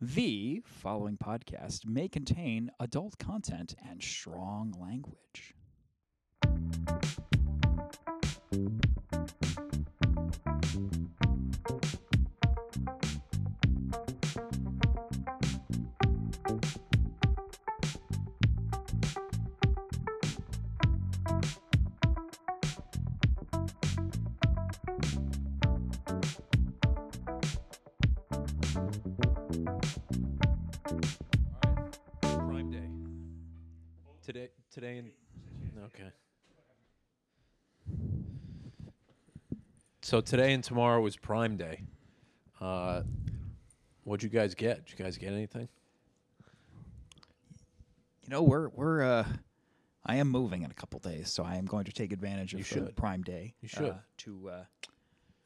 The following podcast may contain adult content and strong language. Prime Day. Today, today, and okay. So today and tomorrow was Prime Day. Uh, what'd you guys get? Did you guys get anything? You know, we're we're uh, I am moving in a couple days, so I am going to take advantage of You the should. Prime Day. You should. uh, to uh,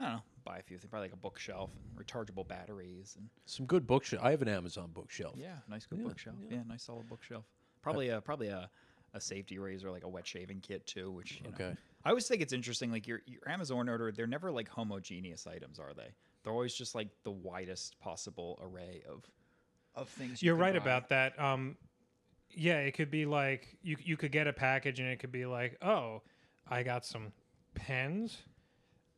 I don't know, buy a few things, probably like a bookshelf and rechargeable batteries and Some good bookshelf. I have an Amazon bookshelf. yeah, nice good Yeah, bookshelf. yeah. Yeah. nice solid bookshelf. Probably a probably a, a safety razor, like a wet shaving kit too. Which you know. Okay. I always think it's interesting. Like your your Amazon order, they're never like homogeneous items, are they? They're always just like the widest possible array of of things. You You're could right buy. about that. Um, yeah, it could be like you you could get a package and it could be like, oh, I got some pens,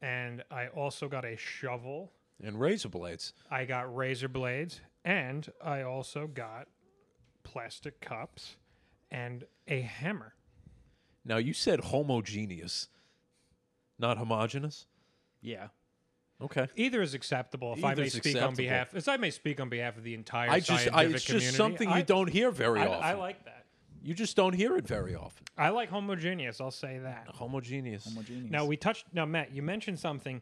and I also got a shovel. And razor blades. I got razor blades, and I also got plastic cups and a hammer. Now you said homogeneous, not homogeneous. Yeah, Okay. Either is acceptable if I may Either's speak on acceptable. behalf. As I may speak on behalf of the entire I just, scientific I, it's community. just something I- you don't hear very I, often. I like that. you just don't hear it very often. I like homogeneous. I'll say that. Homogeneous. homogeneous. Now we touched. Now Matt, you mentioned something.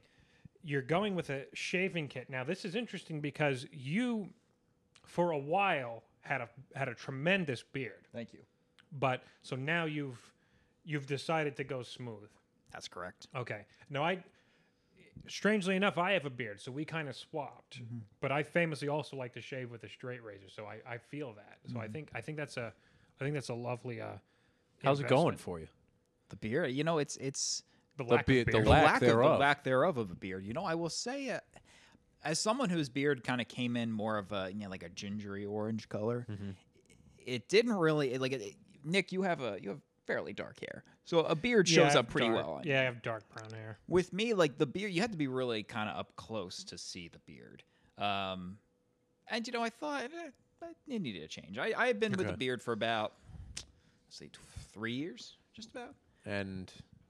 You're going with a shaving kit. Now this is interesting because you, for a while, had a had a tremendous beard, Thank you. but so now you've you've decided to go smooth. That's correct. Okay. Now I, strangely enough, I have a beard, so we kind of swapped. Mm-hmm. But I famously also like to shave with a straight razor, so I, I feel that. So Mm-hmm. I think I think that's a I think that's a lovely. Uh, How's it going investment. for you? The beer, you know, it's it's The The lack be- of the beard. the Lack lack, of the thereof. lack thereof of a beard. You know, I will say, uh, as someone whose beard kind of came in more of a you know like a gingery orange color, Mm-hmm. it didn't really it, like it, Nick. You have a you have fairly dark hair, so a beard Yeah, I shows have up pretty dark- well. on you. Yeah, I have dark brown hair. With me, like the beard, you had to be really kind of up close to see the beard. Um, and you know, I thought eh, I- it needed a change. I I had been with Okay. a beard for about let's see, three years, just about. And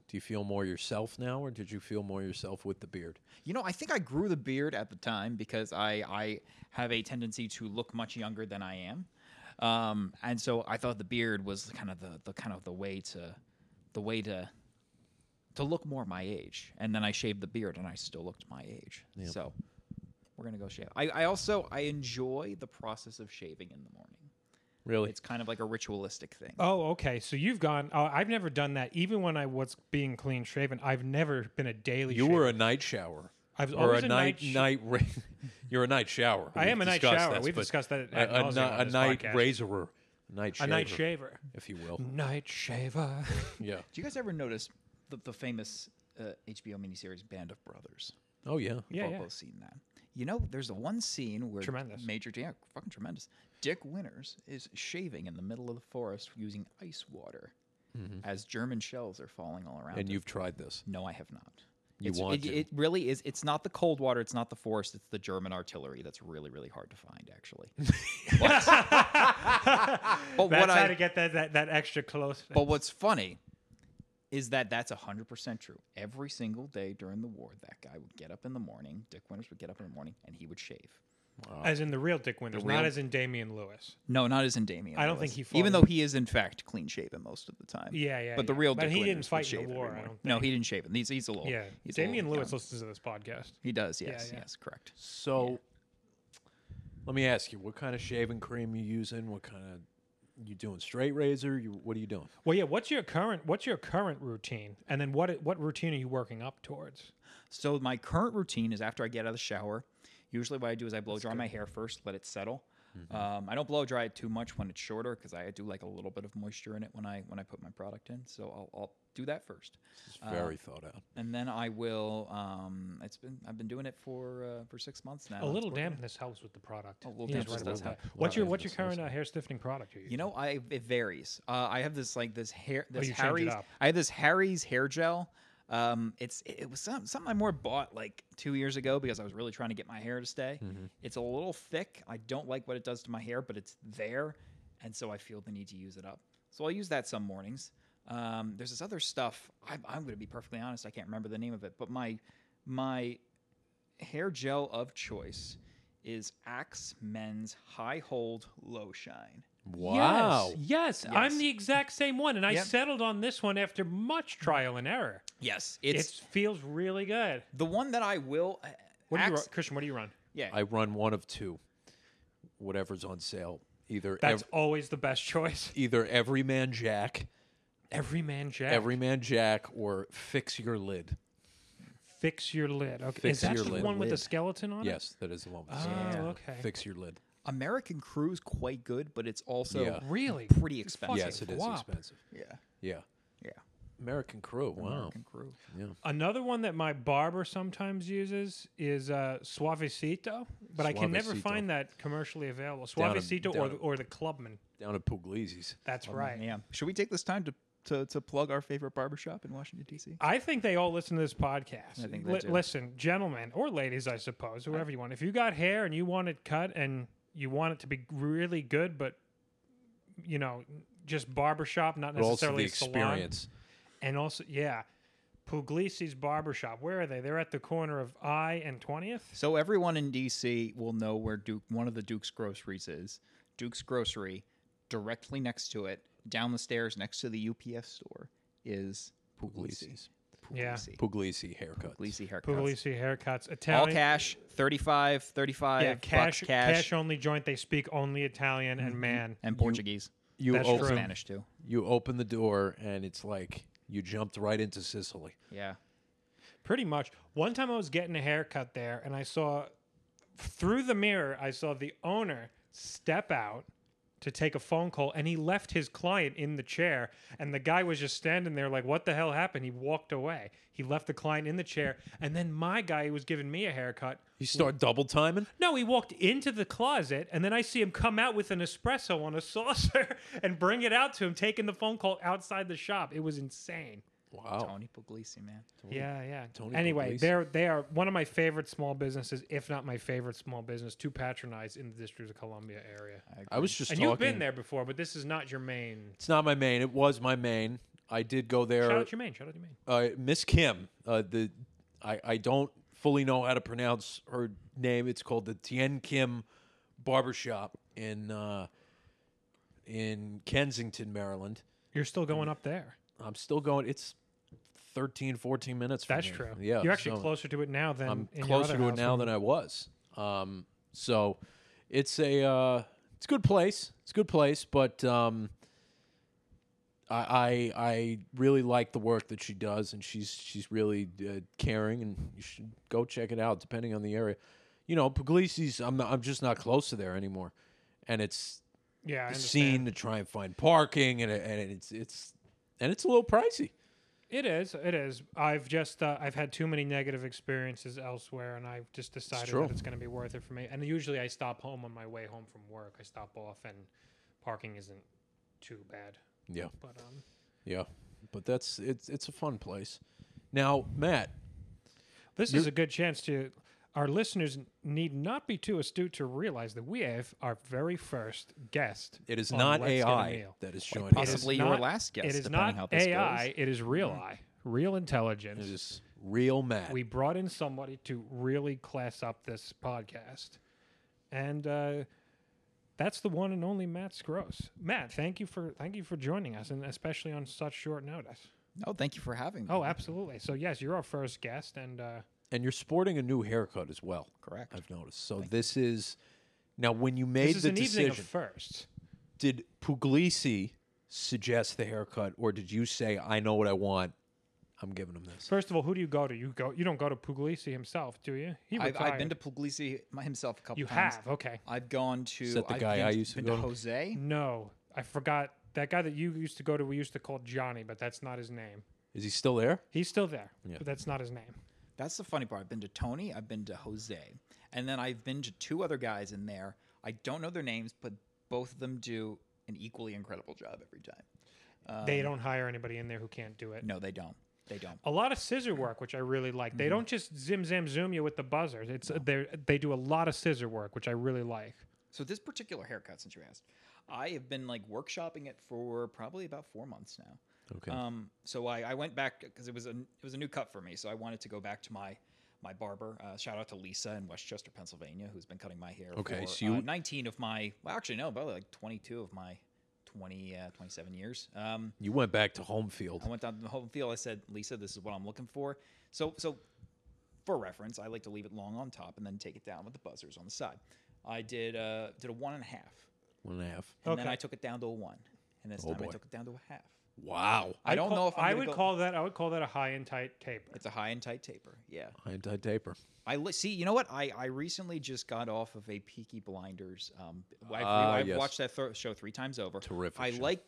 do you feel more yourself now, or did you feel more yourself with the beard? You know, I think I grew the beard at the time because I I have a tendency to look much younger than I am, um, and so I thought the beard was kind of the, the kind of the way to the way to to look more my age. And then I shaved the beard, and I still looked my age. So we're gonna go shave. I, I also I enjoy the process of shaving in the morning. Really? It's kind of like a ritualistic thing. Oh, okay. So you've gone. Oh, I've never done that. Even when I was being clean shaven, I've never been a daily. you were a shaver. night shower. I was or always a a night night sh- night. Ra- You're a night shower. I am a night discussed shower. this, We've but discussed that A, ad a, nauseam ni- on a this night podcast. razorer, a night a shaver, night shaver. if you will. Night shaver. Yeah. Do you guys ever notice the, the famous uh, HBO miniseries Band of Brothers? Oh yeah. We've Yeah, all yeah. both seen that. You know, there's a one scene where Tremendous. Major yeah, fucking tremendous. Dick Winters is shaving in the middle of the forest using ice water as German shells are falling all around. Mm-hmm. And him. you've tried this. no, I have not. You It's- want it, to. it really is. It's not the cold water. It's not the forest. It's the German artillery. That's really, really hard to find, actually. But- but That's what how I to get that that, that extra close. but what's funny is that that's 100% true. Every single day during the war, that guy would get up in the morning, Dick Winters would get up in the morning, and he would shave. uh, as in the real Dick Winters, real- not as in Damian Lewis. No, not as in Damien. I don't Lewis. think he Even fought- though he is, in fact, clean shaven most of the time. Yeah, yeah, But the yeah. real But Dick he didn't Winters would fight in shave the every war, I morning. don't No, he didn't shave it. He's, he's a little. Yeah, Oh, He's a Damian little Lewis young. listens to this podcast. He does, yes, yeah. yes, correct. So, let me ask you: What kind of shaving cream you using? What kind of you doing? Straight razor? You, what are you doing? Well, yeah. What's your current What's your current routine? And then what What routine are you working up towards? So my current routine is after I get out of the shower, usually what I do is I blow dry my hair first, let it settle. Mm-hmm. Um, I don't blow dry it too much when it's shorter because I do like a little bit of moisture in it when I when I put my product in. So I'll, I'll do that first, It's very thought out. and then I will. Um, it's been I've been doing it for uh, for six months now. A It's little working. dampness helps with the product. A little He is dampness right does about help. that. A lot What's of your what's your dampness helps. current uh, hair stiffening product? You're You know, I it varies. Uh, I have this like this hair this Oh, you change it Harry's. up. I have this Harry's hair gel. Um, it's it, it was some, something I more bought like two years ago because I was really trying to get my hair to stay. Mm-hmm. It's a little thick. I don't like what it does to my hair, but it's there, and so I feel the need to use it up. So I'll use that some mornings. Um, there's this other stuff. I, I'm going to be perfectly honest. I can't remember the name of it, but my my hair gel of choice is Axe Men's High Hold Low Shine. Wow. Yes. Yes, I'm the exact same one, and I Yep. settled on this one after much trial and error. Yes, It it's feels really good. the one that I will. uh, What do you axe- run, Christian? What do you run? yeah, I run one of two. Whatever's on sale, either That's ev- always the best choice. either Everyman Jack, Every man jack. Everyman Jack, or Fix Your Lid. fix your lid. Okay, Fix is that your the lid. one with the Lid. skeleton on it? Yes, that is the one. with the Oh, sale. okay. Fix Your Lid. American Crew's quite good, but it's also Yeah. Really? pretty It's expensive. fucking Yes, it is flop. expensive. yeah, Yeah, yeah. American Crew. Wow. American Crew. Another one that my barber sometimes uses is uh, Suavecito, but I can never Suavecito. find that commercially available. Down in- Suavecito or down Oh, the, in- or the Clubman. Down at Puglisi's. That's right. Yeah. Should we take this time to to, to plug our favorite barbershop in Washington D.C.? I think they all listen to this podcast. I think they Li- do. Listen, gentlemen or ladies, I suppose, whoever you want. If you got hair and you want it cut and you want it to be really good, but you know, just barbershop, not But also necessarily the a salon. experience. And also, yeah, Puglisi's Barbershop. Where are they? They're at the corner of I and 20th. So everyone in D.C. will know where Duke, one of the Duke's groceries is. Duke's Grocery, directly next to it, down the stairs next to the UPS store, is Puglisi. Puglisi's. Yeah. Puglisi. Puglisi haircuts. Puglisi haircuts. Puglisi haircuts. All Italian. cash, 35, 35, Yeah, buck cash, cash, Mm-hmm. cash only joint. They speak only Italian and man. and Portuguese, You That's open, true. Spanish too. you open the door and it's like you jumped right into Sicily. Yeah. Pretty much. One time I was getting a haircut there and I saw through the mirror, I saw the owner step out to take a phone call and he left his client in the chair and the guy was just standing there like what the hell happened he walked away he left the client in the chair and then my guy who was giving me a haircut You start double timing. No, he walked into the closet, and then I see him come out with an espresso on a saucer and bring it out to him, taking the phone call outside the shop. It was insane. Wow. Tony Puglisi, man. Yeah, yeah. Tony anyway, Puglisi. they're they are one of my favorite small businesses, if not my favorite small business to patronize in the District of Columbia area. I was just and talking. you've been there before, but this is not your main. It's not my main. It was my main. I did go Shout there. out your main. Shout out your main. Uh, Miss Kim. Uh, the I, I don't fully know how to pronounce her name. It's called the Tien Kim Barbershop in uh, in Kensington, Maryland. You're still going up there. I'm still going. It's 13, 14 minutes. From That's here. true. Yeah, you're actually so- closer to it now than I'm in your closer other to it house now when- than I was. Um, so it's a uh, it's a good place. It's a good place, but um, I, I I really like the work that she does, and she's she's really uh, caring, and you should go check it out. Depending on the area, you know, Puglisi's. I'm not, I'm just not close to there anymore, and it's yeah. I understand. seen to try and find parking, and it- and it's it's and it's a little pricey. It is. It is. I've just uh, I've had too many negative experiences elsewhere, and I've just decided true. that it's going to be worth it for me. And usually, I stop home on my way home from work. I stop off, and parking isn't too bad. Yeah. But um, Yeah, but that's it's it's a fun place. Now, Matt, this is a good chance to. Our listeners need not be too astute to realize that we have our very first guest. it is on not Let's Get a AI Meal. that is joining It is us. possibly your not- last guest, It is depending not how this AI. goes. Mm-hmm. It is real eye, real It intelligence. is real Matt. we brought in somebody to really class up this podcast. And uh, that's the one and only Matt Gross. Matt, thank you for thank you for joining us and especially on such short notice. No, thank you for having me. Oh, absolutely. So yes, you're our first guest and uh, and you're sporting a new haircut as well. Correct. I've noticed. So this is now when you made this is the an decision. evening of firsts. did Puglisi suggest the haircut, or did you say, "I know what I want, I'm giving him this. First of all, who do you go to? You go. You don't go to Puglisi himself, do you? He I've, I've been retired. to Puglisi my- himself a couple You times. have okay. I've gone to. Is that the I've guy been, I used to been go to to? Jose. No, I forgot that guy that you used to go to. We used to call Johnny, but that's not his name. Is he still there? He's still there, Yeah. but that's not his name. That's the funny part. I've been to Tony, I've been to Jose, and then I've been to two other guys in there. I don't know their names, but both of them do an equally incredible job every time. Uh, they don't hire anybody in there who can't do it. Um, No, they don't. They don't. A lot of scissor work, which I really like. Mm-hmm. They don't just zim zam zoom you with the buzzers. It's they they do a lot of scissor work, which I really like. So this particular haircut, since you asked, I have been like workshopping it for probably about four months now. Okay. Um, so I, I went back because it was a it was a new cut for me. So I wanted to go back to my my barber. Uh, shout out to Lisa in Westchester, Pennsylvania, who's been cutting my hair. Okay, for, so you- uh, 19 of my well, actually no, probably like 22 of my 20 uh, 27 years. Um, you went back to home field. I went down to the home field. I said, Lisa, this is what I'm looking for. So, so for reference, I like to leave it long on top and then take it down with the buzzers on the side. I did uh, did a one and a half, One and a half. and then Okay. I took it down to a one, and this Oh, time I boy. took it down to a half. Wow. I, don't call- know if I'm I gonna would go- call that I would call that a high and tight taper. It's a high and tight taper. Yeah. Anti taper. I li- see. You know what? I, I recently just got off of a Peaky Blinders. Um, I've, Ah, I've yes. watched that thro show three times over. Terrific I show. like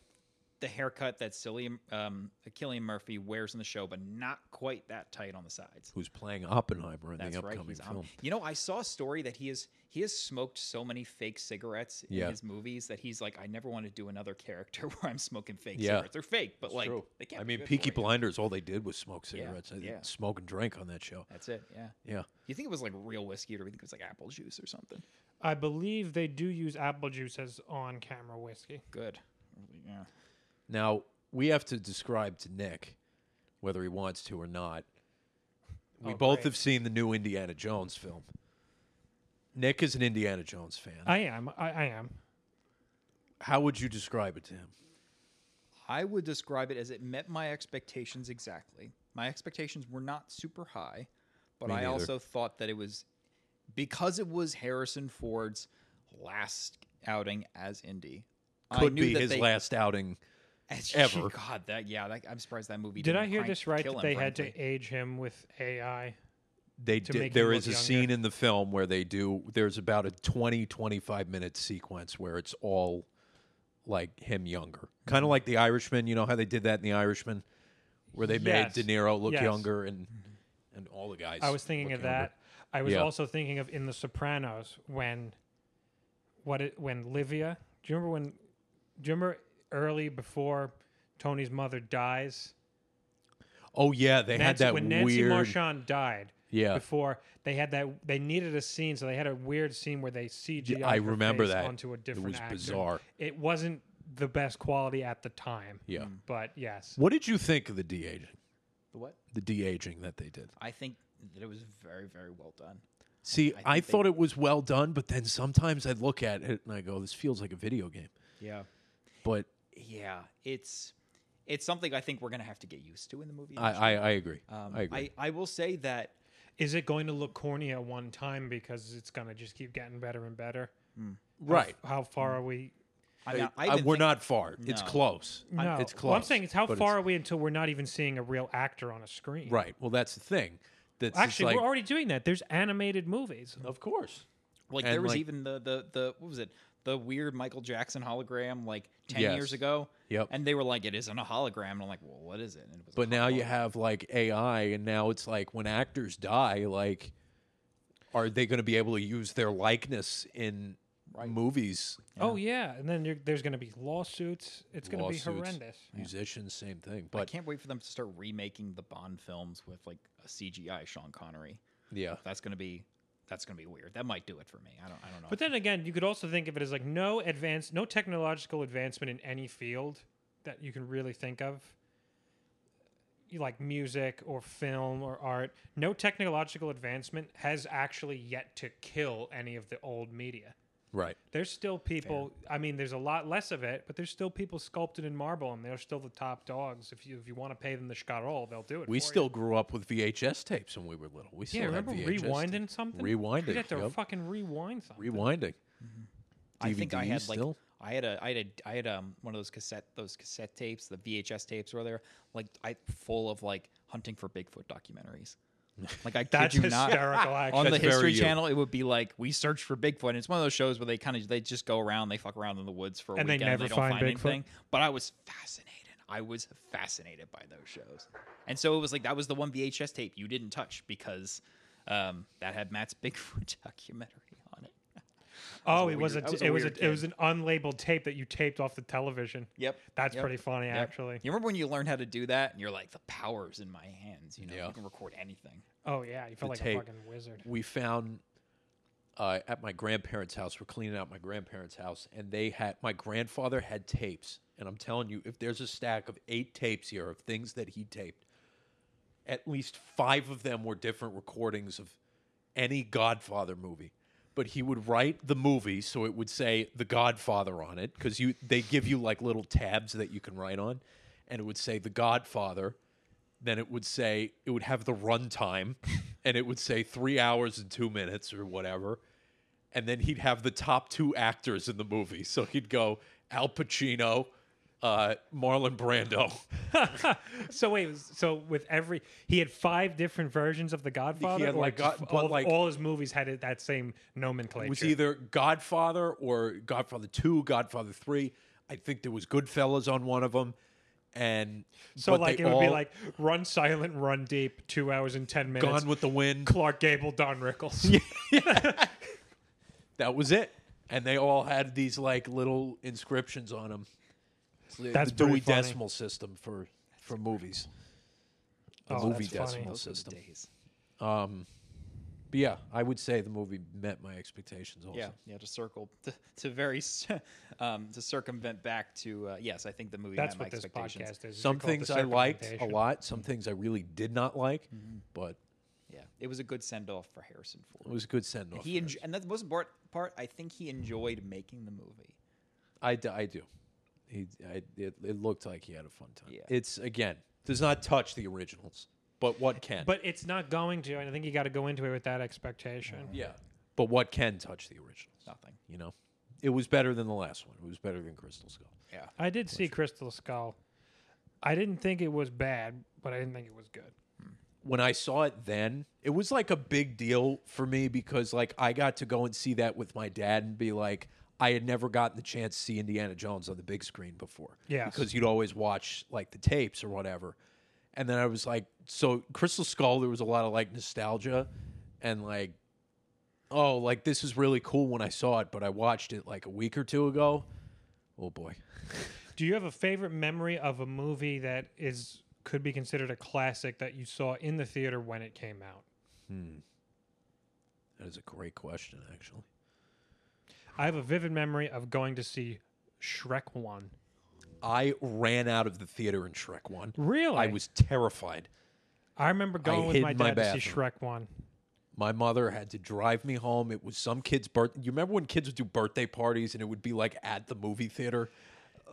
the haircut that Cillian, um, Killian Murphy wears in the show, but not quite that tight on the sides. Who's playing Oppenheimer in That's the right. upcoming he's on- film? You know, I saw a story that he is he has smoked so many fake cigarettes in Yeah. his movies that he's like, I never want to do another character where I'm smoking fake Yeah. cigarettes. They're fake, but like they can't. I be mean, good Peaky for you. Blinders. All they did was smoke cigarettes. I yeah. didn't smoke and drink on that show. That's it. Yeah. Yeah. You think it was like real whiskey, or you think it was like apple juice or something? I believe they do use apple juice as on camera whiskey. Good. Yeah. Now we have to describe to Nick whether he wants to or not. We Oh, both great. have seen the new Indiana Jones film. Nick is an Indiana Jones Mm. fan. I am. I, I am. How would you describe it to him? I would describe it as it met my expectations exactly. My expectations were not super high, but Me I neither. also thought that it was because it was Harrison Ford's last outing as Indy. I Could knew be that his they- last outing. As- ever. God, that yeah, that, I'm surprised that movie. Did didn't I hear crank- this right? kill That him, they had to frankly. age him with AI. They to did, make him there look is a younger. scene in the film where they do there's about a 20 25 minute sequence where it's all like him younger. Mm-hmm. Kind of like The Irishman, you know how they did that in The Irishman where they Yes. made De Niro look Yes. younger and and all the guys. I was thinking look of younger. that. I was Yeah. also thinking of in The Sopranos when, what it when Livia. Do you remember when? Do you remember early before Tony's mother dies? Oh yeah, they had Nancy- that when Nancy weird. Marchand died. yeah, Before they had that, they needed a scene, so they had a weird scene where they CGI. I her remember face that. onto a it different was actor. bizarre. It wasn't the best quality at the time. Yeah. But yes, What did you think of the de aging? The what? The de aging that they did. I think that it was very, very well done. See, think I, they- thought it was well done, but then sometimes I'd look at it and I go, "This feels like a video game." Yeah, But yeah. It's it's something I think we're gonna have to get used to in the movie. I, industry. I, I agree. um, I agree. I will say that is it going to look corny at one time because it's going to just keep getting better and better? How f- right. How, far are we? I'm not, I I- even we're think- not far. It's No. close. No, It's close. Well, I'm saying it's how but far are we until we're not even seeing a real actor on a screen? right. Well, that's the thing. That's just Actually, like, we're already doing that. There's animated movies. of course. Like And, there was like- even the the the what was it? The weird Michael Jackson hologram like ten Yes. years ago. Yep. And they were like, "It isn't a hologram." And I'm like, "Well, what is it?" And it was a But now you hologram. have like AI, and now it's like when actors die, like, are they going to be able to use their likeness in movies? Oh yeah, and then you're, there's going to be lawsuits. It's going to be Lawsuits, horrendous. Musicians, same thing. I But can't wait for them to start remaking the Bond films with like a CGI Sean Connery. yeah, That's gonna be that's gonna be weird. That might do it for me. I don't I don't know. But then again, you could also think of it as like no advance, no technological advancement in any field that you can really think of, You like music or film or art. No technological advancement has actually yet to kill any of the old media. right. There's still people. I mean, there's a lot less of it, but there's still people sculpted in marble, and they're still the top dogs. If you if you want to pay them the scarol, they'll do it. We for you. still grew up with VHS tapes when we were little. We still yeah. had Remember VHS tapes. rewinding something? Rewinding, You have to yep. fucking rewind something. Rewinding. I think I DVDs had like still? I had a I had a I had um one of those cassette those cassette tapes, the VHS tapes were there, like I full of like hunting for Bigfoot documentaries. Like I That's kid you not. hysterical, actually. On the That's very History you. Channel, it would be like we searched for Bigfoot. And it's one of those shows where they kind of they just go around, they fuck around in the woods for a And they weekend, and they never don't find find, Bigfoot. anything. But I was fascinated. I was fascinated by those shows, and so it was like that was the one VHS tape you didn't touch because um, that had Matt's Bigfoot documentary on it. Oh, a it was a weird- that was it a was weird a, it was kid. an unlabeled tape that you taped off the television. Yep. That's Yep. pretty funny, Yep. actually. You remember when you learned how to do that, and you're like, the power's in my hands. You know, Yeah. you can record anything. Oh yeah, you felt like tape. a fucking wizard. we found uh, at my grandparents' house. We're cleaning out my grandparents' house, and they had my grandfather had tapes. And I'm telling you, if there's a stack of eight tapes here of things that he taped, at least five of them were different recordings of any Godfather movie. But he would write the movie so it would say The Godfather on it because you they give you like little tabs that you can write on, and it would say The Godfather. Then it would say it would have the runtime, and it would say three hours and two minutes or whatever. And then he'd have the top two actors in the movie. So he'd go Al Pacino, uh, Marlon Brando. So wait, was- so with every he had five different versions of The Godfather, had, or like, just God- but, all, like- all his movies had it, that same It nomenclature. was either Godfather or Godfather Two, Godfather Three. I think there was Goodfellas on one of them, and so but like they it would be all- like Run Silent, Run Deep, two hours and ten minutes. Gone with the Wind. Clark Gable, Don Rickles. That was it, and they all had these like little inscriptions on them. That's the Dewey pretty funny. Decimal System for for movies. The Oh, movie that's funny. decimal Those are the system. days. Um, but yeah, I would say the movie met my expectations. Also, Yeah, yeah. To circle, to, to very, s- um, to circumvent back to uh, yes, I think the movie That's met what my this expectations. podcast is. some We call it things the I liked a circumventation. lot. Some things I really did not like, Mm-hmm. but Yeah, it was a good send off for Harrison it Ford. was a good send off. He enj- and that was part. Part I think he enjoyed making the movie. I, d- I do. He, I, it, it looked like he had a fun time. Yeah. It's again does not touch the originals, but what can? But it's not going to, and I think you got to go into it with that expectation. yeah, but what can touch the originals? Nothing. You know, it was better than the last one. It was better than Crystal Skull. Yeah, I did see Crystal Skull. I didn't think it was bad, but I didn't think it was good. When I saw it then, it was like a big deal for me because like I got to go and see that with my dad and be like. I had never gotten the chance to see Indiana Jones on the big screen before. Yes. Because you'd always watch like the tapes or whatever. And then I was like, so Crystal Skull, there was a lot of like nostalgia and like oh, like this is really cool when I saw it, but I watched it like a week or two ago. Oh boy. Do you have a favorite memory of a movie that is could be considered a classic that you saw in the theater when it came out? Hmm. That is a great question, actually. I have a vivid memory of going to see Shrek 1. I ran out of the theater in Shrek 1. Really? I was terrified. I remember going with hid my in my dad to see bathroom. Shrek 1. My mother had to drive me home. It was some kid's birth. You remember when kids would do birthday parties and it would be like at the movie theater?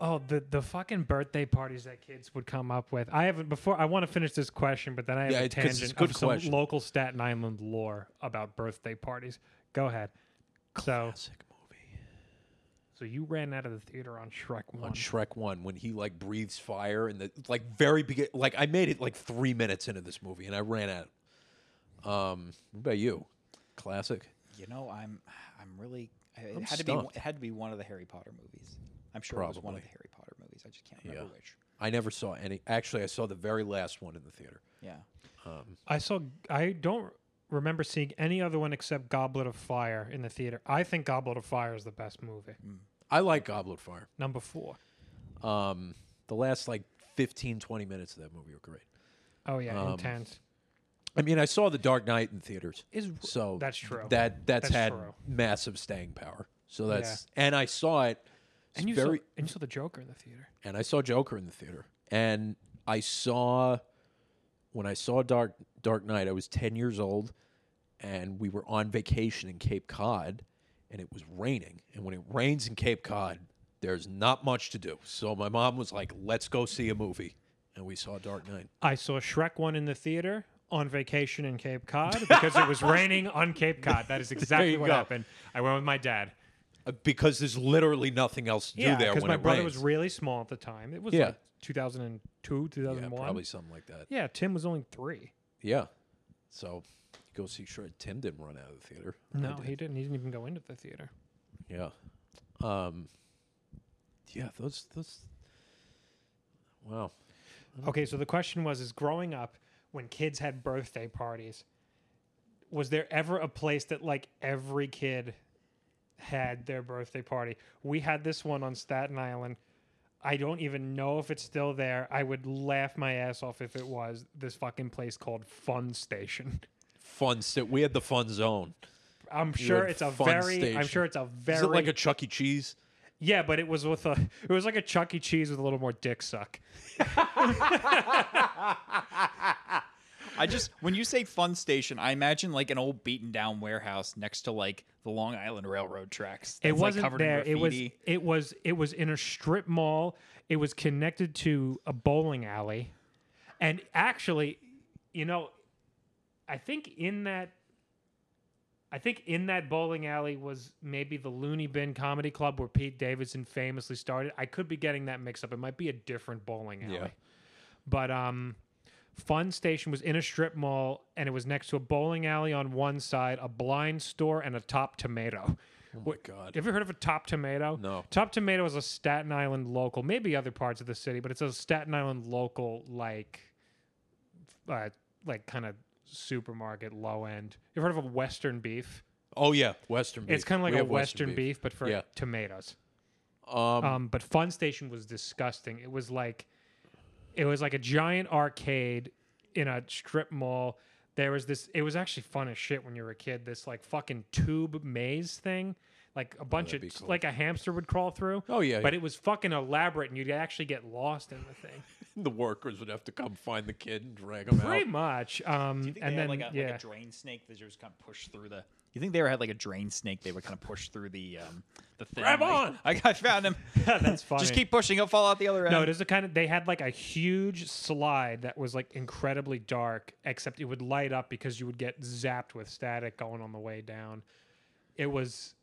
Oh, the the fucking birthday parties that kids would come up with. I haven't before. I want to finish this question, but then I have Yeah, a it- 'cause it's a tangent good of some question. local Staten Island lore about birthday parties. Go ahead. So, Sick movie. so you ran out of the theater on Shrek On one. Shrek 1, when he like breathes fire and the like very begin. Like I made it like three minutes into this movie and I ran out. Um, what about you? Classic. you know, I'm, I'm really. I- It I'm had to be. one- stumped. It had to be one of the Harry Potter movies. I'm sure it was one of the Harry Potter movies. I just can't remember Yeah. which. I never saw any. Actually, I saw the very last one in the theater. Yeah, I saw. I don't remember seeing any other one except Goblet of Fire in the theater. I think Goblet of Fire is the best movie. I like Goblet of Fire. Number four. Um, the last like 15, 20 minutes of that movie were great. Oh yeah, Um, intense. I mean, I saw The Dark Knight in theaters. Is So that's true. That that's, That's had true. massive staying power. So that's and I saw it. and you very saw and you saw the Joker in the theater. and I saw Joker in the theater. And I saw when I saw Dark Dark Knight, I was ten years old, and we were on vacation in Cape Cod, and it was raining. And when it rains in Cape Cod, there's not much to do. So my mom was like, "Let's go see a movie," and we saw Dark Knight. I saw Shrek 1 in the theater on vacation in Cape Cod because it was raining on Cape Cod. That is exactly you what go. happened. I went with my dad. uh, because there's literally nothing else to yeah, do there because when my it brother rains. was really small at the time. It was Yeah. like 2002, yeah, 2001. probably something like that. Yeah, Tim was only three. Yeah. So go see Shred. Tim didn't run out of the theater. I No, did. he didn't. He didn't even go into the theater. Yeah. Um Yeah, those those Wow. Mm-hmm. Okay, so the question was: Is growing up when kids had birthday parties, was there ever a place that like every kid had their birthday party? We had this one on Staten Island. I don't even know if it's still there. I would laugh my ass off if it was this fucking place called Fun Station. Fun st- we had the fun zone. I'm sure had it's a Fun very. I'm Station. sure it's a very. Is it like a Chuck E. Cheese? yeah, but it was with a. It was like a Chuck E. Cheese with a little more dick suck. I just when you say fun station, I imagine like an old beaten down warehouse next to like the Long Island Railroad tracks. it that's, like, wasn't covered in there. It was graffiti. it was it was in a strip mall. It was connected to a bowling alley, and actually, you know, I think in that, I think in that bowling alley was maybe the Looney Bin Comedy Club where Pete Davidson famously started. I could be getting that mixed up. It might be a different bowling alley, Yeah. but um. Fun Station was in a strip mall and it was next to a bowling alley on one side, a blind store, and a top tomato. Oh my god. Have you heard of a Top Tomato? No. Top Tomato is a Staten Island local, maybe other parts of the city, but it's a Staten Island local like, uh, like kind of supermarket low end. You've heard of a Western beef? Oh yeah, Western beef. It's kind of like We a have Western, beef. but for Yeah. tomatoes. Um, Um, but Fun Station was disgusting. It was like, it was like a giant arcade in a strip mall. There was this. It was actually fun as shit when you were a kid. This like fucking tube maze thing, like a bunch that'd of be cool. like a hamster would crawl through. Oh, yeah, but yeah. it was fucking elaborate, and you'd actually get lost in the thing. the workers would have to come find the kid and drag him out. Pretty much. Um, You think and they had then like a, yeah, like a drain snake that just kind of pushed through the. You think they ever had like a drain snake? They would kind of push through the um, the thing. Grab like- on! I, I found him. that's funny. Just keep pushing. He'll fall out the other end. No, it is the kind of they had like a huge slide that was like incredibly dark, except it would light up because you would get zapped with static going on the way down. It was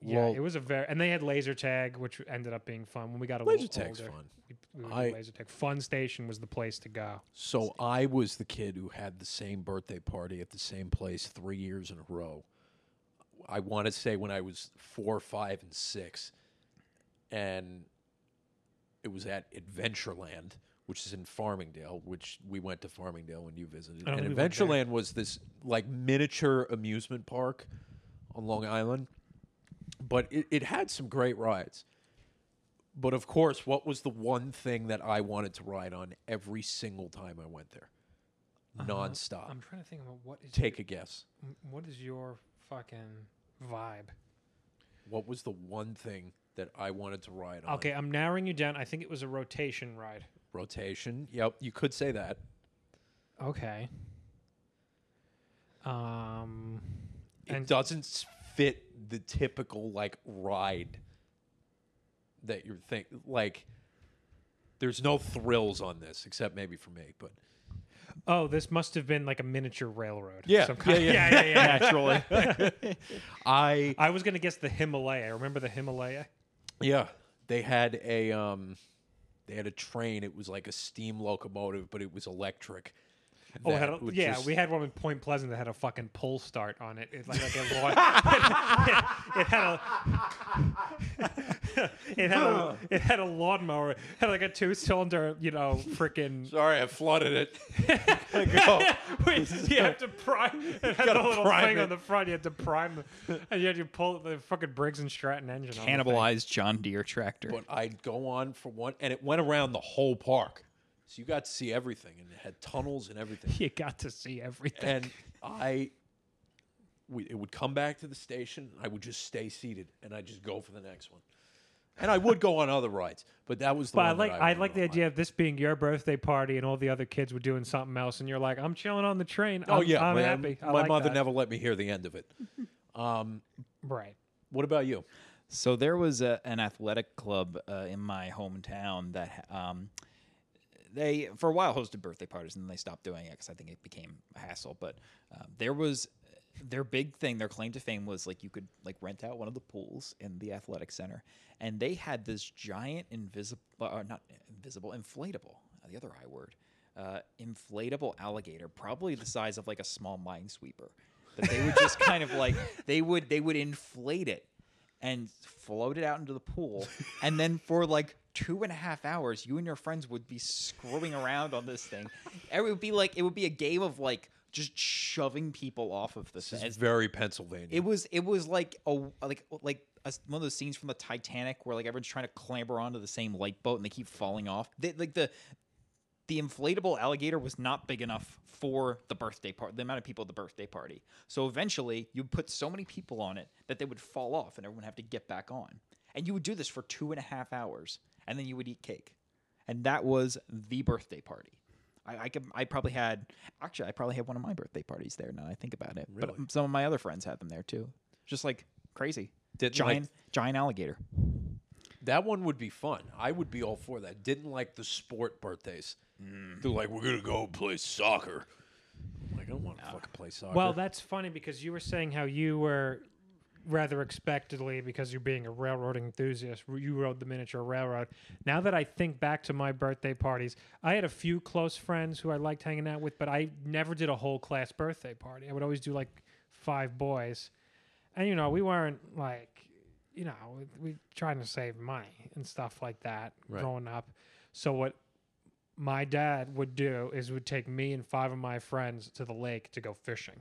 yeah, Well- it was a very and they had laser tag, which ended up being fun when we got a Laser little tag's older. fun. We, we would do I- laser tag. Fun station was the place to go. So I was the kid who had the same birthday party at the same place three years in a row. I want to say when I was four, five, and six, and it was at Adventureland, which is in Farmingdale, which we went to Farmingdale when you visited. I don't And think we went there. Adventureland was this like miniature amusement park on Long Island, but it, it had some great rides. But of course, what was the one thing that I wanted to ride on every single time I went there? Nonstop. Uh-huh. I'm trying to think about what is Take a guess. what is your fucking vibe. What was the one thing that I wanted to ride on? Okay, I'm narrowing you down. I think it was a rotation ride. Rotation. Yep, you could say that. Okay. Um It And- doesn't s- fit the typical like ride that you're think like. There's no thrills on this, except maybe for me. But Oh, this must have been like a miniature railroad. Yeah, Some kind- yeah, yeah. yeah, yeah, yeah. naturally. I I was gonna guess the Himalaya. Remember the Himalaya? Yeah, they had a um, they had a train. It was like a steam locomotive, but it was electric. Oh, it had a- That would yeah. just- We had one in Point Pleasant that had a fucking pull start on it. It's like, like a lawn, it, had a it had a it had a lawnmower. It had like a two cylinder, you know, freaking. Sorry, I flooded it. Gotta go. Wait, you have to prime. It had gotta the little prime thing it. on the front. You had to prime, the, and you had to pull the fucking Briggs and Stratton engine. on the thing. Cannibalized John Deere tractor. But I'd go on for one, and it went around the whole park, so you got to see everything, and it had tunnels and everything. You got to see everything. and I, we, it would come back to the station. I would just stay seated, and I would just go for the next one. And I would go on other rides, but that was the. But I one that like I, wanted like the to ride. idea of this being your birthday party and all the other kids were doing something else, and you're like, I'm chilling on the train. Oh I'm- yeah, I'm my, happy. I my like mother that." never let me hear the end of it. Right. What about you? So there was a, an athletic club uh, in my hometown that um, they, for a while, hosted birthday parties, and then they stopped doing it because I think it became a hassle. But uh, there was their big thing, their claim to fame was like you could like rent out one of the pools in the athletic center, and they had this giant invisible, uh, not invisible, inflatable. uh, The other I word, uh, inflatable alligator, probably the size of like a small minesweeper. That they would just kind of like they would they would inflate it and float it out into the pool. And then for like two and a half hours, you and your friends would be screwing around on this thing. It would be like it would be a game of like just shoving people off of this. This thing. is very Pennsylvania. It was it was like a like like a, one of those scenes from the Titanic where like everyone's trying to clamber onto the same lifeboat and they keep falling off. They, like the the inflatable alligator was not big enough for the birthday party, the amount of people at the birthday party. So eventually, you put so many people on it that they would fall off, and everyone would have to get back on. And you would do this for two and a half hours, and then you would eat cake, and that was the birthday party. I, I, could, I probably had actually I probably had one of my birthday parties there. Now that I think about it, Really? but some of my other friends had them there too. Just like crazy, Didn't like- giant giant alligator. That one would be fun. I would be all for that. Didn't like the sport birthdays. They're like, we're gonna go play soccer. I'm like, I don't want to fucking play soccer. Well, that's funny because you were saying how you were rather expectedly because you're being a railroad enthusiast, you rode the miniature railroad. Now that I think back to my birthday parties, I had a few close friends who I liked hanging out with, but I never did a whole class birthday party. I would always do like five boys. And you know, we weren't like you know, we, we trying to save money and stuff like that Right. growing up. So what my dad would do is would take me and five of my friends to the lake to go fishing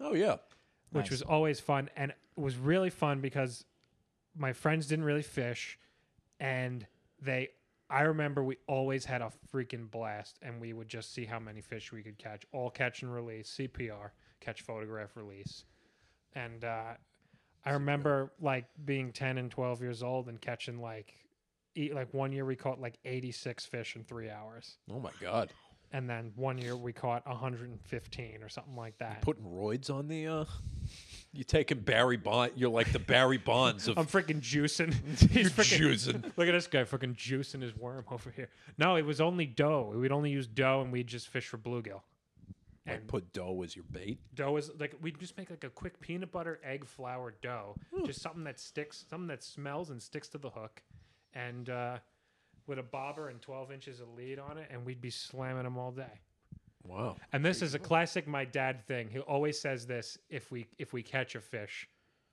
oh yeah, which Nice. was always fun and it was really fun because my friends didn't really fish and they I remember we always had a freaking blast and we would just see how many fish we could catch all catch and release CPR catch photograph release and uh I remember like being 10 and 12 years old and catching like eat like one year we caught like 86 fish in 3 hours oh my god, and then one year we caught 115 or something like that putting roids on the. uh You taking Barry Bond? You're like the Barry Bonds of I'm freaking juicing. He's freaking juicing. Look at this guy freaking juicing his worm over here. No, it was only dough. We'd only use dough, and we'd just fish for bluegill. like put dough as your bait. Dough is like we'd just make like a quick peanut butter egg flour dough, just something that sticks, something that smells and sticks to the hook, and uh, with a bobber and 12 inches of lead on it, and we'd be slamming them all day. Wow. And this is a classic my dad thing. He always says this if we if we catch a fish,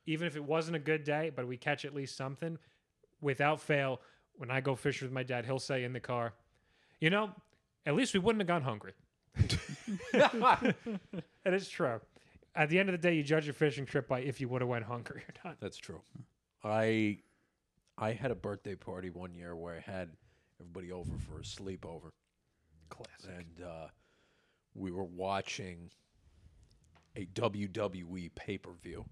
even if it wasn't a good day, but we catch at least something, without fail, when I go fish with my dad, he'll say in the car, "You know, at least we wouldn't have gone hungry." it is true. At the end of the day, you judge your fishing trip by if you would have went hungry or not. That's true. Hmm. I I had a birthday party one year where I had everybody over for a sleepover. Classic. and uh, we were watching a WWE pay per view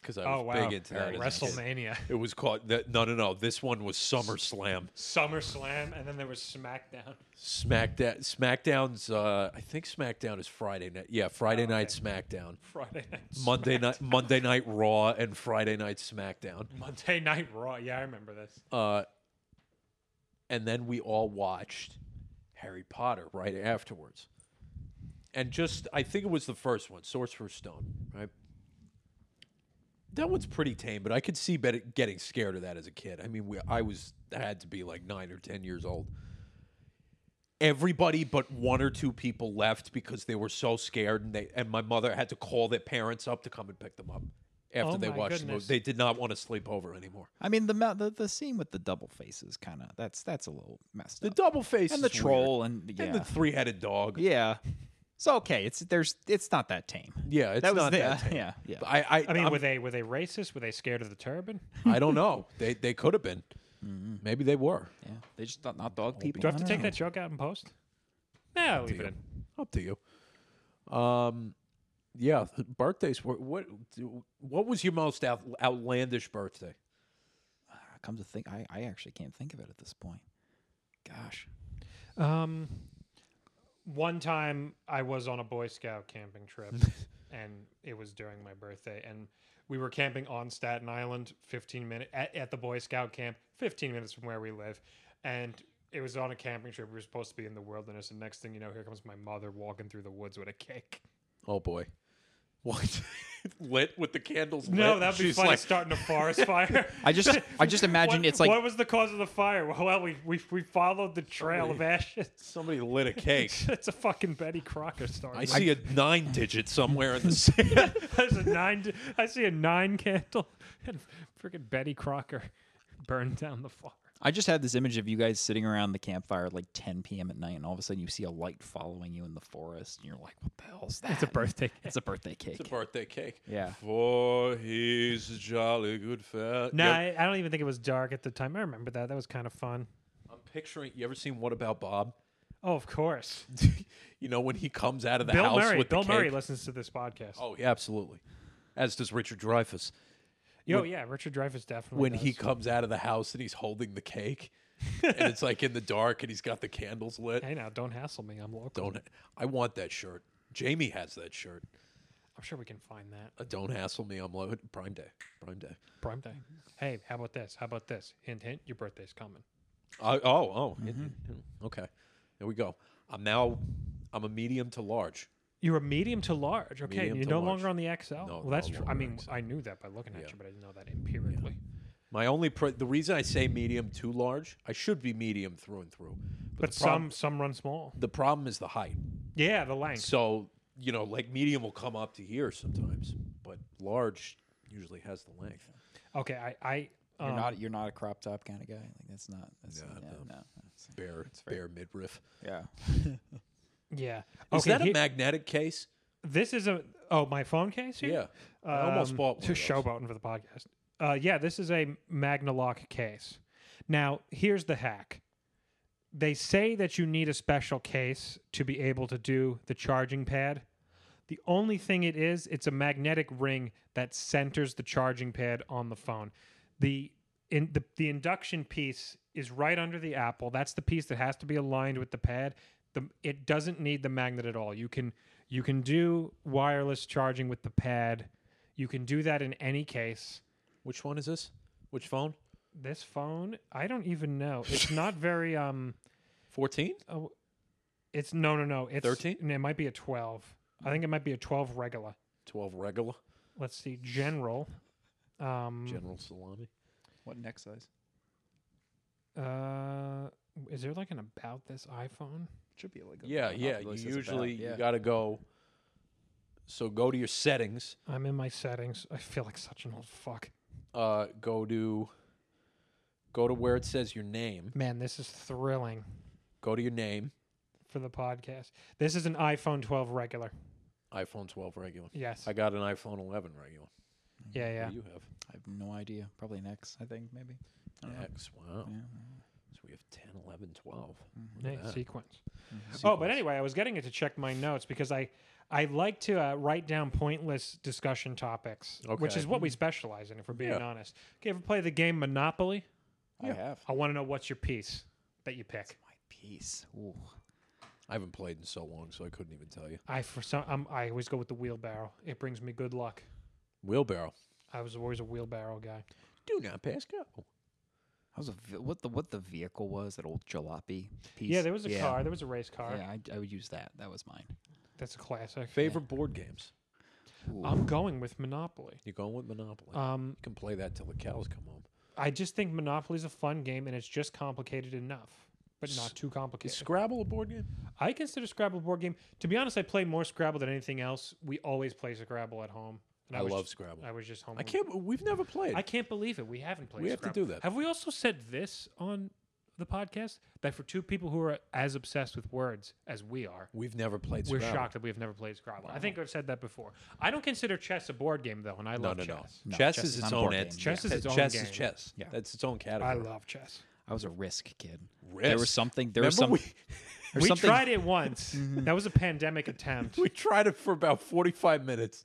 because I was Oh wow! big into that. as a kid. WrestleMania, It was called that. No, no, no. This one was SummerSlam. SummerSlam, and then there was SmackDown. SmackDown. SmackDown's. Uh, I think SmackDown is Friday night. Yeah, Oh, Friday night SmackDown. Friday night. Monday night. Monday night Raw and Friday night SmackDown. Monday Night Raw. Yeah, I remember this. Uh, and then we all watched Harry Potter right afterwards. And just, I think it was the first one, Sorcerer's Stone, right? That one's pretty tame, but I could see better getting scared of that as a kid. I mean, we, I was I had to be like nine or ten years old. Everybody but one or two people left because they were so scared, and they and my mother had to call their parents up to come and pick them up after Oh they my watched the goodnou- movie. They did not want to sleep over anymore. I mean the mou- the, the scene with the double face is kind of that's that's a little messed The up. double face and the is weird. troll and yeah and the three-headed dog. yeah. So okay, it's there's it's not that tame. Yeah, it's that was not the- that. tame. yeah yeah. I, I, I mean, I'm- were they were they racist? Were they scared of the turban? I don't know. They, they could have been. Maybe they were. Yeah, they just not, not dog people. Do I have Oh, I to don't take know. that joke out in post? Yeah, I'll leave it in. Up to you. Um, yeah. th- Birthdays. What, what, what was your most out, outlandish birthday? Ah, Come to think, I, I actually can't think of it at this point. Gosh, Um, one time I was on a Boy Scout camping trip, and it was during my birthday, and we were camping on Staten Island, fifteen minute at, at the Boy Scout camp, fifteen minutes from where we live, and it was on a camping trip. We were supposed to be in the wilderness, and next thing you know, here comes my mother walking through the woods with a cake. Oh boy. What? lit with the candles No, lit. that'd be She's funny like, starting a forest fire. I just I just imagine what, it's like what was the cause of the fire? Well, we we, we followed the trail of ashes. somebody lit a cake. It's a fucking Betty Crocker story. I see a nine digit somewhere in the sand. There's a nine. I see a nine candle and freaking Betty Crocker burned down the farm. I just had this image of you guys sitting around the campfire at like 10 p.m. at night, and all of a sudden you see a light following you in the forest, and you're like, "What the hell's that?" It's a birthday. It's a birthday cake. It's a birthday cake. Yeah. For he's a jolly good fellow. No, I, I don't even think it was dark at the time. I remember that. That was kind of fun. I'm picturing. You ever seen What About Bob? Oh, of course. you know when he comes out of the Bill house Murray. with the Bill Murray cake. listens to this podcast. Oh, Oh, yeah, absolutely. As does Richard Dreyfuss. yeah, Richard Dreyfuss definitely. When does. he comes out of the house and he's holding the cake, and it's like in the dark and he's got the candles lit. Hey, now don't hassle me. I'm local. Don't. I want that shirt. Jamie has that shirt. I'm sure we can find that. Uh, don't hassle me. I'm low. Prime day. Prime day. Prime day. Hey, how about this? How about this? Hint, hint. Your birthday's coming. I, oh, oh. Mm-hmm. Okay. There we go. I'm now. I'm a medium to large. You're a medium to large. Okay, Medium you're to no large. longer on the XL. well, that's no true. I longer mean, XL. I knew that by looking at you, but I didn't know that empirically. My only pr- the reason I say medium to large, I should be medium through and through. But the some problem- some run small. The problem is the height. Yeah, the length. So you know, like medium will come up to here sometimes, but large usually has the length. Okay, I I You're um, e-, not you're not a crop top kind of guy. Like that's not that's yeah, Yeah, no. Bare bare midriff. yeah. yeah. Okay, Is that a he- magnetic case? this is a oh my phone case here. Yeah, I almost Um, bought one. to of those. showboating for the podcast. Uh, yeah, this is a Magnalock case. Now, here's the hack. They say that you need a special case to be able to do the charging pad. The only thing it is, it's a magnetic ring that centers the charging pad on the phone. The in the, the induction piece is right under the apple. That's the piece that has to be aligned with the pad. The it doesn't need the magnet at all. You can you can do wireless charging with the pad. You can do that in any case. Which one is this? Which phone? This phone, I don't even know. It's not very um Fourteen? oh, it's no no no. It's 13? and It might be a 12. I think it might be a 12 regular. Twelve regular? Let's see general um General salami? What neck size? uh is there like an about this iPhone? Should be like a- Yeah, a yeah. popular You size about, usually yeah. you got to go. So go to your settings. I'm in my settings. I feel like such an old fuck. Uh, go to. Go to where it says your name. Man, this is thrilling Go to your name. for the podcast. This is an iPhone 12 regular. iPhone 12 regular. Yes. I got an iPhone 11 regular. yeah, yeah. What do you have? I have no idea. Probably an X, I think maybe. I don't know. X. Wow. Yeah. Mm-hmm. So we have 10, 11, 12. Nice that. sequence. Oh, but anyway, I was getting it to check my notes because I I like to uh, write down pointless discussion topics, which Okay. is what we specialize in. If we're being Yeah. honest, okay, ever play the game Monopoly? I have I want to know what's your piece that you pick. my piece. Ooh. I haven't played in so long, so I couldn't even tell you. I for some um, I always go with the wheelbarrow. It brings me good luck. Wheelbarrow. I was always a wheelbarrow guy. Do not pass go. That was a ve- what the what the vehicle was that old jalopy piece. Yeah, there was a car. There was a race car. Yeah, I, I would use that. That was mine. That's a classic. Favorite board games? Ooh. I'm going with Monopoly. You're going with Monopoly. Um, you can play that till the cows come home. I just think Monopoly's a fun game, and it's just complicated enough, but not too Is complicated. Scrabble a board game? I consider Scrabble a board game. To be honest, I play more Scrabble than anything else. We always play Scrabble at home. And I, was love just- Scrabble. I was just home. I can't. We've never played. I can't believe it. We haven't played. We have to Scrabble. do that. Have we also said this on the podcast that for two people who are as obsessed with words as we are, we've never played we're Scrabble. shocked that we have never played Scrabble. I think I've said that before. I don't consider chess a board game though, and I No, love no, no. chess. No, Chess, chess is is not its a own board game. entity. Chess is its own chess game. is chess. Yeah. That's its own category. I love chess. I was a risk kid. Risk. There was something. There was Remember some. we, there was we something- tried it once. that was a pandemic attempt. we tried it for about 45 minutes.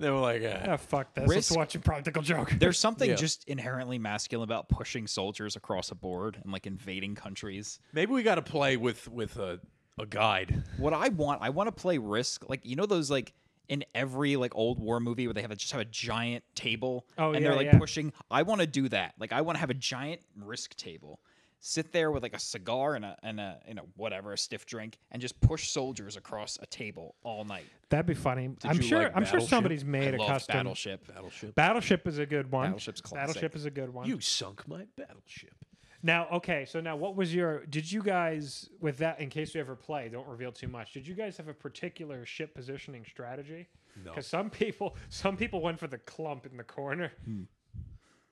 Then we're like, ah, ah, fuck this. Risk- Let's watch a practical joke. There's something Yeah. just inherently masculine about pushing soldiers across a board and like invading countries. Maybe we got to play with with a a guide. What I want, I want to play Risk. Like you know those like in every like old war movie where they have a, just have a giant table Oh, and yeah, they're like yeah. pushing. I want to do that. Like I want to have a giant Risk table sit there with like a cigar and a and a and a whatever a stiff drink and just push soldiers across a table all night. That'd be funny. I'm you sure. like I'm sure Battleship? somebody's I made a loved custom. Battleship. Battleship. Battleship is a good one. Battleship's classic. Battleship is a good one. You sunk my battleship. Now, okay, so now what was your did you guys with that in case you ever play, don't reveal too much. Did you guys have a particular ship positioning strategy? No. Cuz some people some people went for the clump in the corner.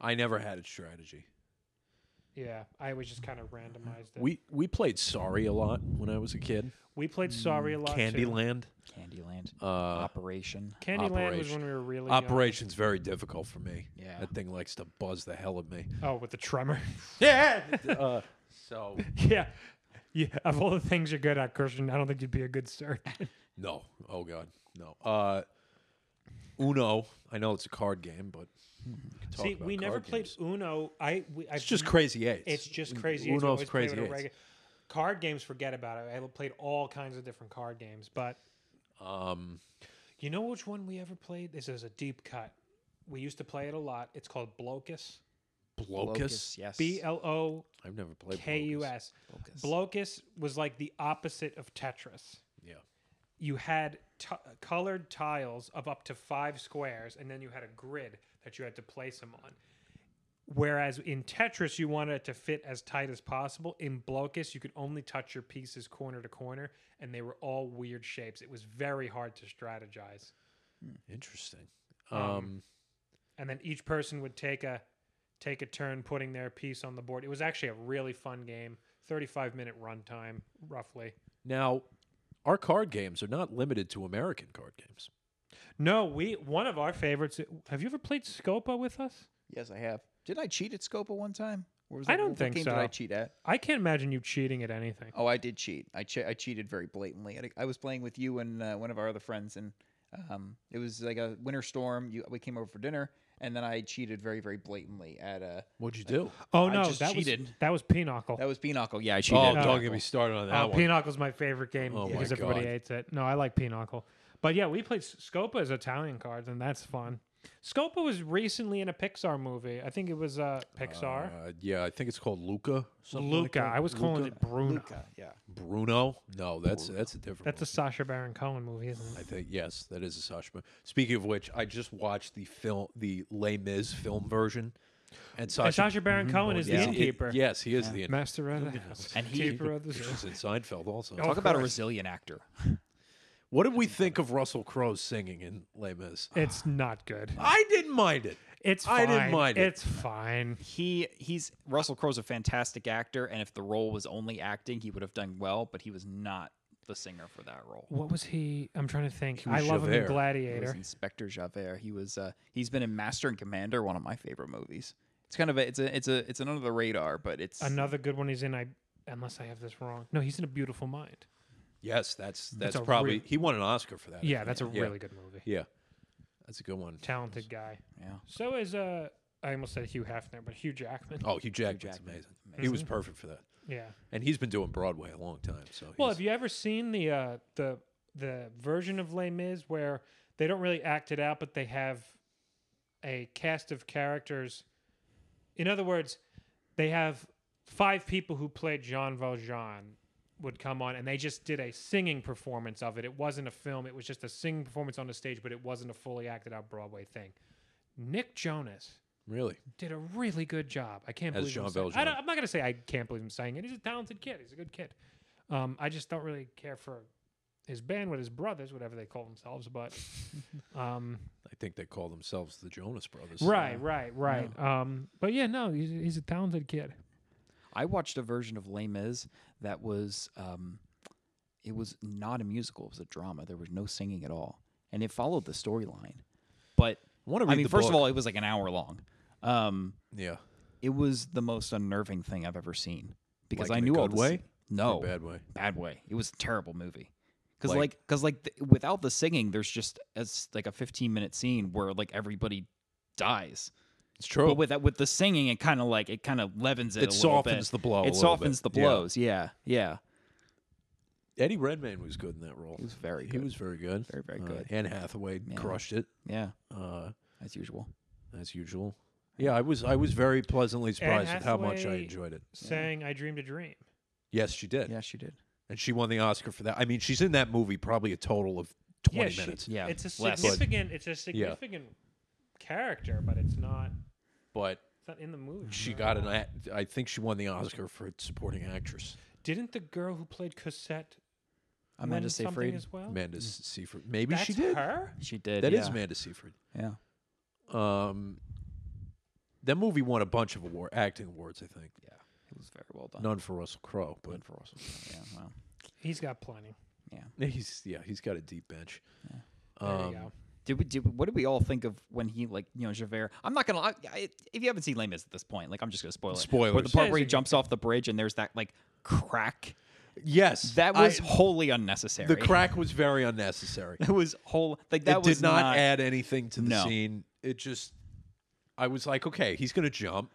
I never had a strategy. Yeah, I was just kind of randomized it. We, We we played Sorry a lot when I was a kid. played Sorry a lot. too. Mm, Candyland. Candyland Uh, Operation. Candyland was Operation. when we were really young. operation's very difficult for me. Yeah. That thing likes to buzz the hell of me. Oh, with the tremor. Yeah. uh, so yeah. Yeah, of all the things you're good at, Christian, I don't think you'd be a good surgeon. no. Oh god. No. Uh, Uno. I know it's a card game, but we could talk See, about we never card played games. Uno. I we, It's just crazy eights. It's just crazy. It's Uno's always play crazy with a eights. regu- Card games, forget about it. I played all kinds of different card games, but Um, you know which one we ever played? This is a deep cut. We used to play it a lot. It's called Blokus. Blocus. yes. B L O I've never played K U Blocus. S. Blocus. Blokus was like the opposite of Tetris. Yeah. You had t- colored tiles of up to five squares, and then you had a grid that you had to place them on. Whereas in Tetris, you wanted it to fit as tight as possible. In Blokus, you could only touch your pieces corner to corner, and they were all weird shapes. It was very hard to strategize. Interesting. Um, Um, And then each person would take a take a turn putting their piece on the board. It was actually a really fun game. Thirty-five minute runtime, roughly. now, our card games are not limited to American card games. No, we one of our favorites. Have you ever played Scopa with us? Yes, I have. Did I cheat at Scopa one time? Or was I that- don't what think game Did I so. cheat at? I can't imagine you cheating at anything. Oh, I did cheat. I che- I cheated very blatantly. I, I was playing with you and uh, one of our other friends, and um, it was like a winter storm. You, we came over for dinner, and then I cheated very, very blatantly at a. What'd you do? Oh I no, just that was cheated. that was Pinochle. That was Pinochle. Yeah, I cheated. Oh, at don't get Pinochle. me started on that Uh, one. Pinocchle's my favorite game Oh my because everybody God. hates it. No, I like Pinochle. But yeah, we played S- Scopa as Italian cards, and that's fun. Scopa was recently in a Pixar movie. I think it was uh, Pixar. Uh, yeah, I think it's called Luca. something like Luca. that. I was calling Luca? it Bruno. Luca, Yeah. Bruno. No, that's that's a different. That's a one. Sasha Baron Cohen movie, isn't it? I think yes, that is a Sasha. Baron- Speaking of which, I just watched the film, the Les Mis film version, and Sasha, And Sasha Baron Cohen is is- the it- innkeeper, yes, he is the innkeeper. master of the house, And he- keeper of the He's in Seinfeld also. Oh, Talk about a resilient actor. What did we think of Russell Crowe singing in Les Mis? It's not good. I didn't mind it. It's I fine. didn't mind it. It's fine. He he's Russell Crowe's a fantastic actor, and if the role was only acting, he would have done well. But he was not the singer for that role. What was he? I'm trying to think. was I love Javert. him in He was Gladiator. Inspector Javert. He was uh, he's been in Master and Commander, one of my favorite movies. It's kind of a it's a it's a it's an under the radar, but it's Another good one he's in. I unless I have this wrong. No, he's in A Beautiful Mind. Yes, that's that's, a probably real- he won an Oscar for that. I Yeah, think. that's a Yeah. really good movie. yeah. That's a good one. Talented guy. Yeah. So is uh, I almost said Hugh Hefner, but Hugh Jackman. Oh, Hugh Jackman's Jackman. amazing. He was perfect for that, Yeah. and he's been doing Broadway a long time. So Well, he's- have you ever seen the uh, the the version of Les Mis where they don't really act it out, but they have a cast of characters? In other words, they have five people who played Jean Valjean would come on, and they just did a singing performance of it. It wasn't a film; it was just a singing performance on the stage, but it wasn't a fully acted out Broadway thing. Nick Jonas really did a really good job. I can't As believe Jean I'm saying, I Valjean. don't, I'm not gonna say I can't believe I'm saying it. He's a talented kid. He's a good kid. Um, I just don't really care for his band with his brothers, whatever they call themselves. But um, I think they call themselves the Jonas Brothers. right, right, right. Um, but yeah, no, he's, he's a talented kid. I watched a version of Les Mis that was um, it was not a musical; it was a drama. There was no singing at all, and it followed the storyline. But I want to read I mean, the first of book. all, it was like an hour long. Um, Yeah. it was the most unnerving thing I've ever seen because Like I in a knew all good the way sce- No, bad way? Bad way. It was a terrible movie. Because Like- like, because like, th- without the singing, there's just as like a 15 minute scene where like everybody dies. It's true. But with that, with the singing, it kind of like it kind of levens it. It a little bit. softens the blow a It little softens bit. the Yeah. blows. Yeah, yeah. Eddie Redmayne was good in that role. He was very He good. was very good. Very, very Uh, good. Anne Hathaway crushed it Yeah, uh, as usual. as usual. Yeah, I was I was very pleasantly surprised at how much I Hathaway- enjoyed it. Sang "I Dreamed a Dream." Yes, she did, Yeah, she did. and she won the Oscar for that. I mean, she's in that movie probably a total of twenty she- minutes, Yeah, it's a less. significant. It's a significant character, but it's not. but It's not in the movie. she right? got an. act- I think she won the Oscar for supporting actress. Didn't the girl who played Cosette Amanda win something Seyfried. as well? Amanda Seyfried. Maybe Oh, That's she did. her. she did. That is yeah. Amanda Seyfried. Yeah. Um, that movie won a bunch of award acting awards. I think Yeah. It was very well done. none for Russell Crowe, but Good for us. Yeah. Wow. He's got plenty. he's yeah he's got a deep bench. There Um, you go. Did we? Did, what did we all think of when he like you know Javert? I'm not gonna. I, I, if you haven't seen Les Mis at this point, like I'm just gonna spoil it. But the Spoilers. part where he Yeah, it's- jumps off the bridge and there's that like crack. Yes, That I- was wholly unnecessary. the crack was very unnecessary. It was whole. Like that it was did not, add anything to the No. scene. It just, I was like, okay, he's gonna jump.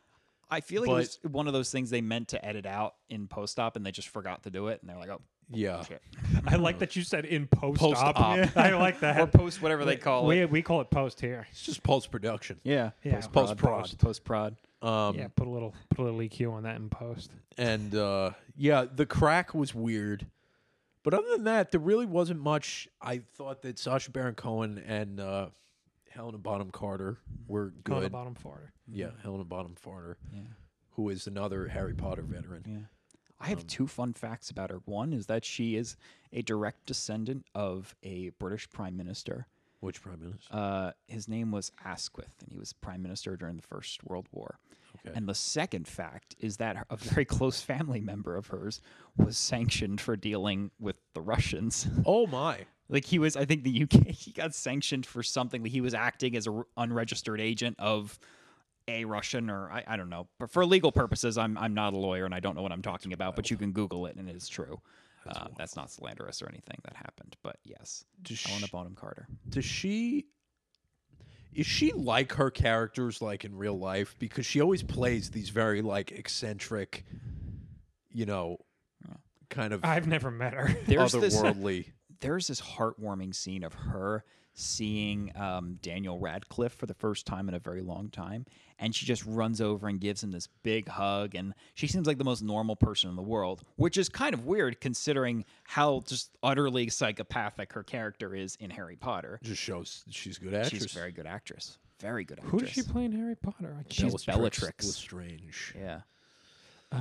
I feel like but- it was one of those things they meant to edit out in post op and they just forgot to do it and they're like, oh Yeah, shit. I like that you said in post Post-op. Yeah. I like or that. post whatever they call we, it. we call it post here. it's just post production. Yeah. Yeah. Post prod. Post prod. Um, Yeah, put a little put a little EQ on that in post. and uh, yeah, the crack was weird. But other than that, there really wasn't much. I thought that Sasha Baron Cohen and uh, Helena Bonham Carter were Go on the good. bottom forward. yeah, Helena Bonham Carter, Yeah. who is another Harry Potter veteran. Yeah. I have two fun facts about her. One is that she is a direct descendant of a British prime minister. Which prime minister? Uh, his name was Asquith, and he was prime minister during the First World War. Okay. And the second fact is that her- a very close family member of hers was sanctioned for dealing with the Russians. Oh my! like he was, I think the UK, he got sanctioned for something. He was acting as an unregistered agent of a Russian, or I, I don't know. But for legal purposes, I'm I'm not a lawyer and I don't know what I'm talking about. But you can Google it, and it is true. That's, that's not slanderous or anything that happened. But yes, Does Helena sh- Bonham Carter. Does she? Is she like her characters like in real life? Because she always plays these very like eccentric, you know, kind of I've never met her. There's this otherworldly. there's this heartwarming scene of her seeing um, Daniel Radcliffe for the first time in a very long time, and she just runs over and gives him this big hug, and she seems like the most normal person in the world, which is kind of weird considering how just utterly psychopathic her character is in Harry Potter. just shows she's a good actress. She's a very good actress, very good actress. Who does she play in Harry Potter? I She's Bellatrix can't. Bellatrix. Lestrange. Yeah, Uh,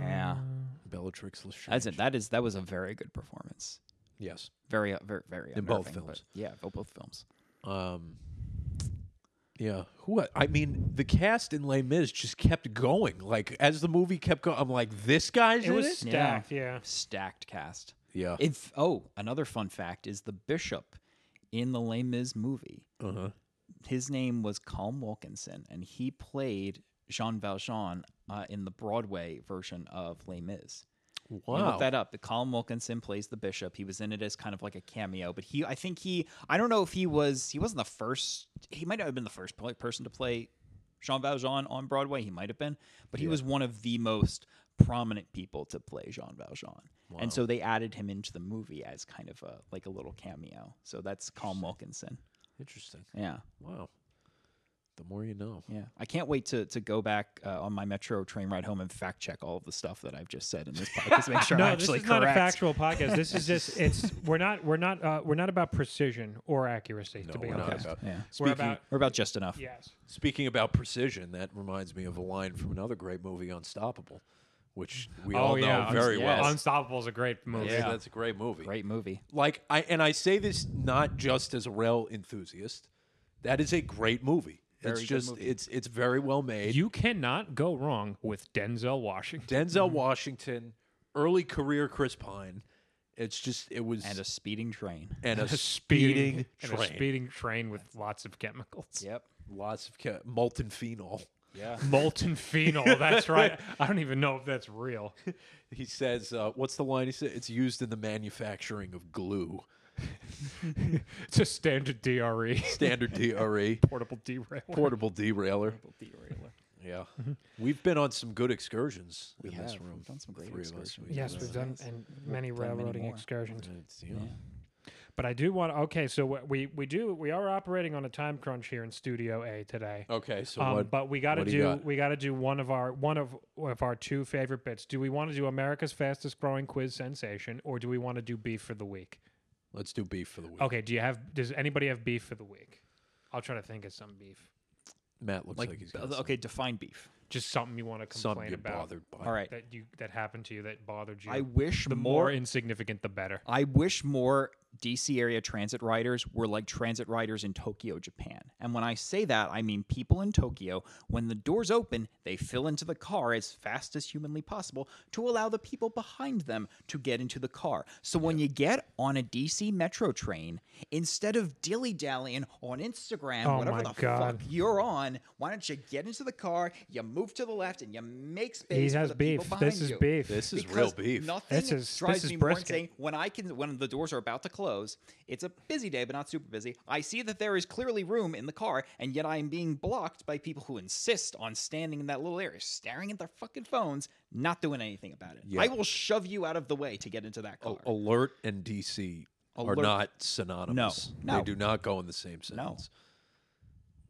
yeah. Bellatrix Lestrange. That's it. That is that was a very good performance. Yes. Very, very, very In both unnerving, but films. Yeah, bo- both films. Um. Yeah. Who? I mean, the cast in Les Mis just kept going. Like as the movie kept going, I'm like, this guy's It in was it. Yeah. stacked. Yeah. Stacked cast. Yeah. If oh, another fun fact is the bishop in the Les Mis movie. Uh huh. His name was Calm Wilkinson, and he played Jean Valjean uh, in the Broadway version of Les Mis. You can Wow. look that up. The Colin Wilkinson plays the bishop. He was in it as kind of like a cameo, but he, I think he, I don't know if he was, he wasn't the first. He might not have been the first pl- person to play Jean Valjean on Broadway. He might have been, but he was one of the most prominent people to play Jean Valjean, and so they added him into the movie as kind of a like a little cameo. So that's Colin Wilkinson. Interesting. Yeah. Wow. The more you know. Yeah, I can't wait to to go back uh, on my metro train ride home and fact check all of the stuff that I've just said in this podcast. Make sure No, I'm this actually is correct. not a factual podcast. This is just it's we're not we're not uh, we're not about precision or accuracy. to be we're not honest, about- yeah, we're Speaking about we're about just enough. yes. speaking about precision, that reminds me of a line from another great movie, Unstoppable, which we all know very Unst- well. yes. Oh, Unstoppable is a great movie. That's- Yeah. That's a great movie. Great movie. like I and I say this not just as a rail enthusiast. That is a great movie. Very it's good just movie. it's it's very well made. You cannot go wrong with Denzel Washington. Denzel Mm-hmm. Washington, early career Chris Pine. It's just it was and a speeding train. and a speeding, and train. a speeding train with lots of chemicals. Yep. Lots of ca- molten phenol. Yeah. Molten phenol. That's right. I don't even know if that's real. He says, uh, "What's the line?" He said, "It's used in the manufacturing of glue." It's a standard E. DRE, Standard DRE, portable derail. portable derailer. Yeah, we've been on some good excursions We in have. this room. We've Mm-hmm. done some great Three of us, excursions. we- yes, we've done and many many railroading more. excursions. It's, you know, But I do want. Okay, so what we we do we are operating on a time crunch here in Studio A today. Okay, so Um, what? but we got to what do do you got? we got to do one of our one of of our two favorite bits. Do we want to do America's fastest growing quiz sensation, or do we want to do beef for the week? Let's do beef for the week. Okay, do you have? Does anybody have beef for the week? I'll try to think of some beef, Matt looks like, Like, he's uh, got some- okay, define beef. just something you want to something complain you're about bothered by. All right. that you that happened to you that bothered you. I wish the more. more insignificant, the better. I wish more DC area transit riders were like transit riders in Tokyo, Japan. And when I say that, I mean people in Tokyo, when the doors open, they fill into the car as fast as humanly possible to allow the people behind them to get into the car. So when you get on a DC metro train, instead of dilly dallying on Instagram, Oh whatever my the God. fuck you're on, why don't you get into the car, you move to the left, and you make space he has for the people beef. This behind is you. beef. This is real Because beef. Nothing This is- drives this is me more brisket. insane when I can when the doors are about to close. It's a busy day, but not super busy. I see that there is clearly room in the car, and yet I am being blocked by people who insist on standing in that little area, staring at their fucking phones, not doing anything about it. Yeah. Oh, I will shove you out of the way to get into that car. Alert and DC Alert. are not synonymous. No, They no. do not go in the same sentence.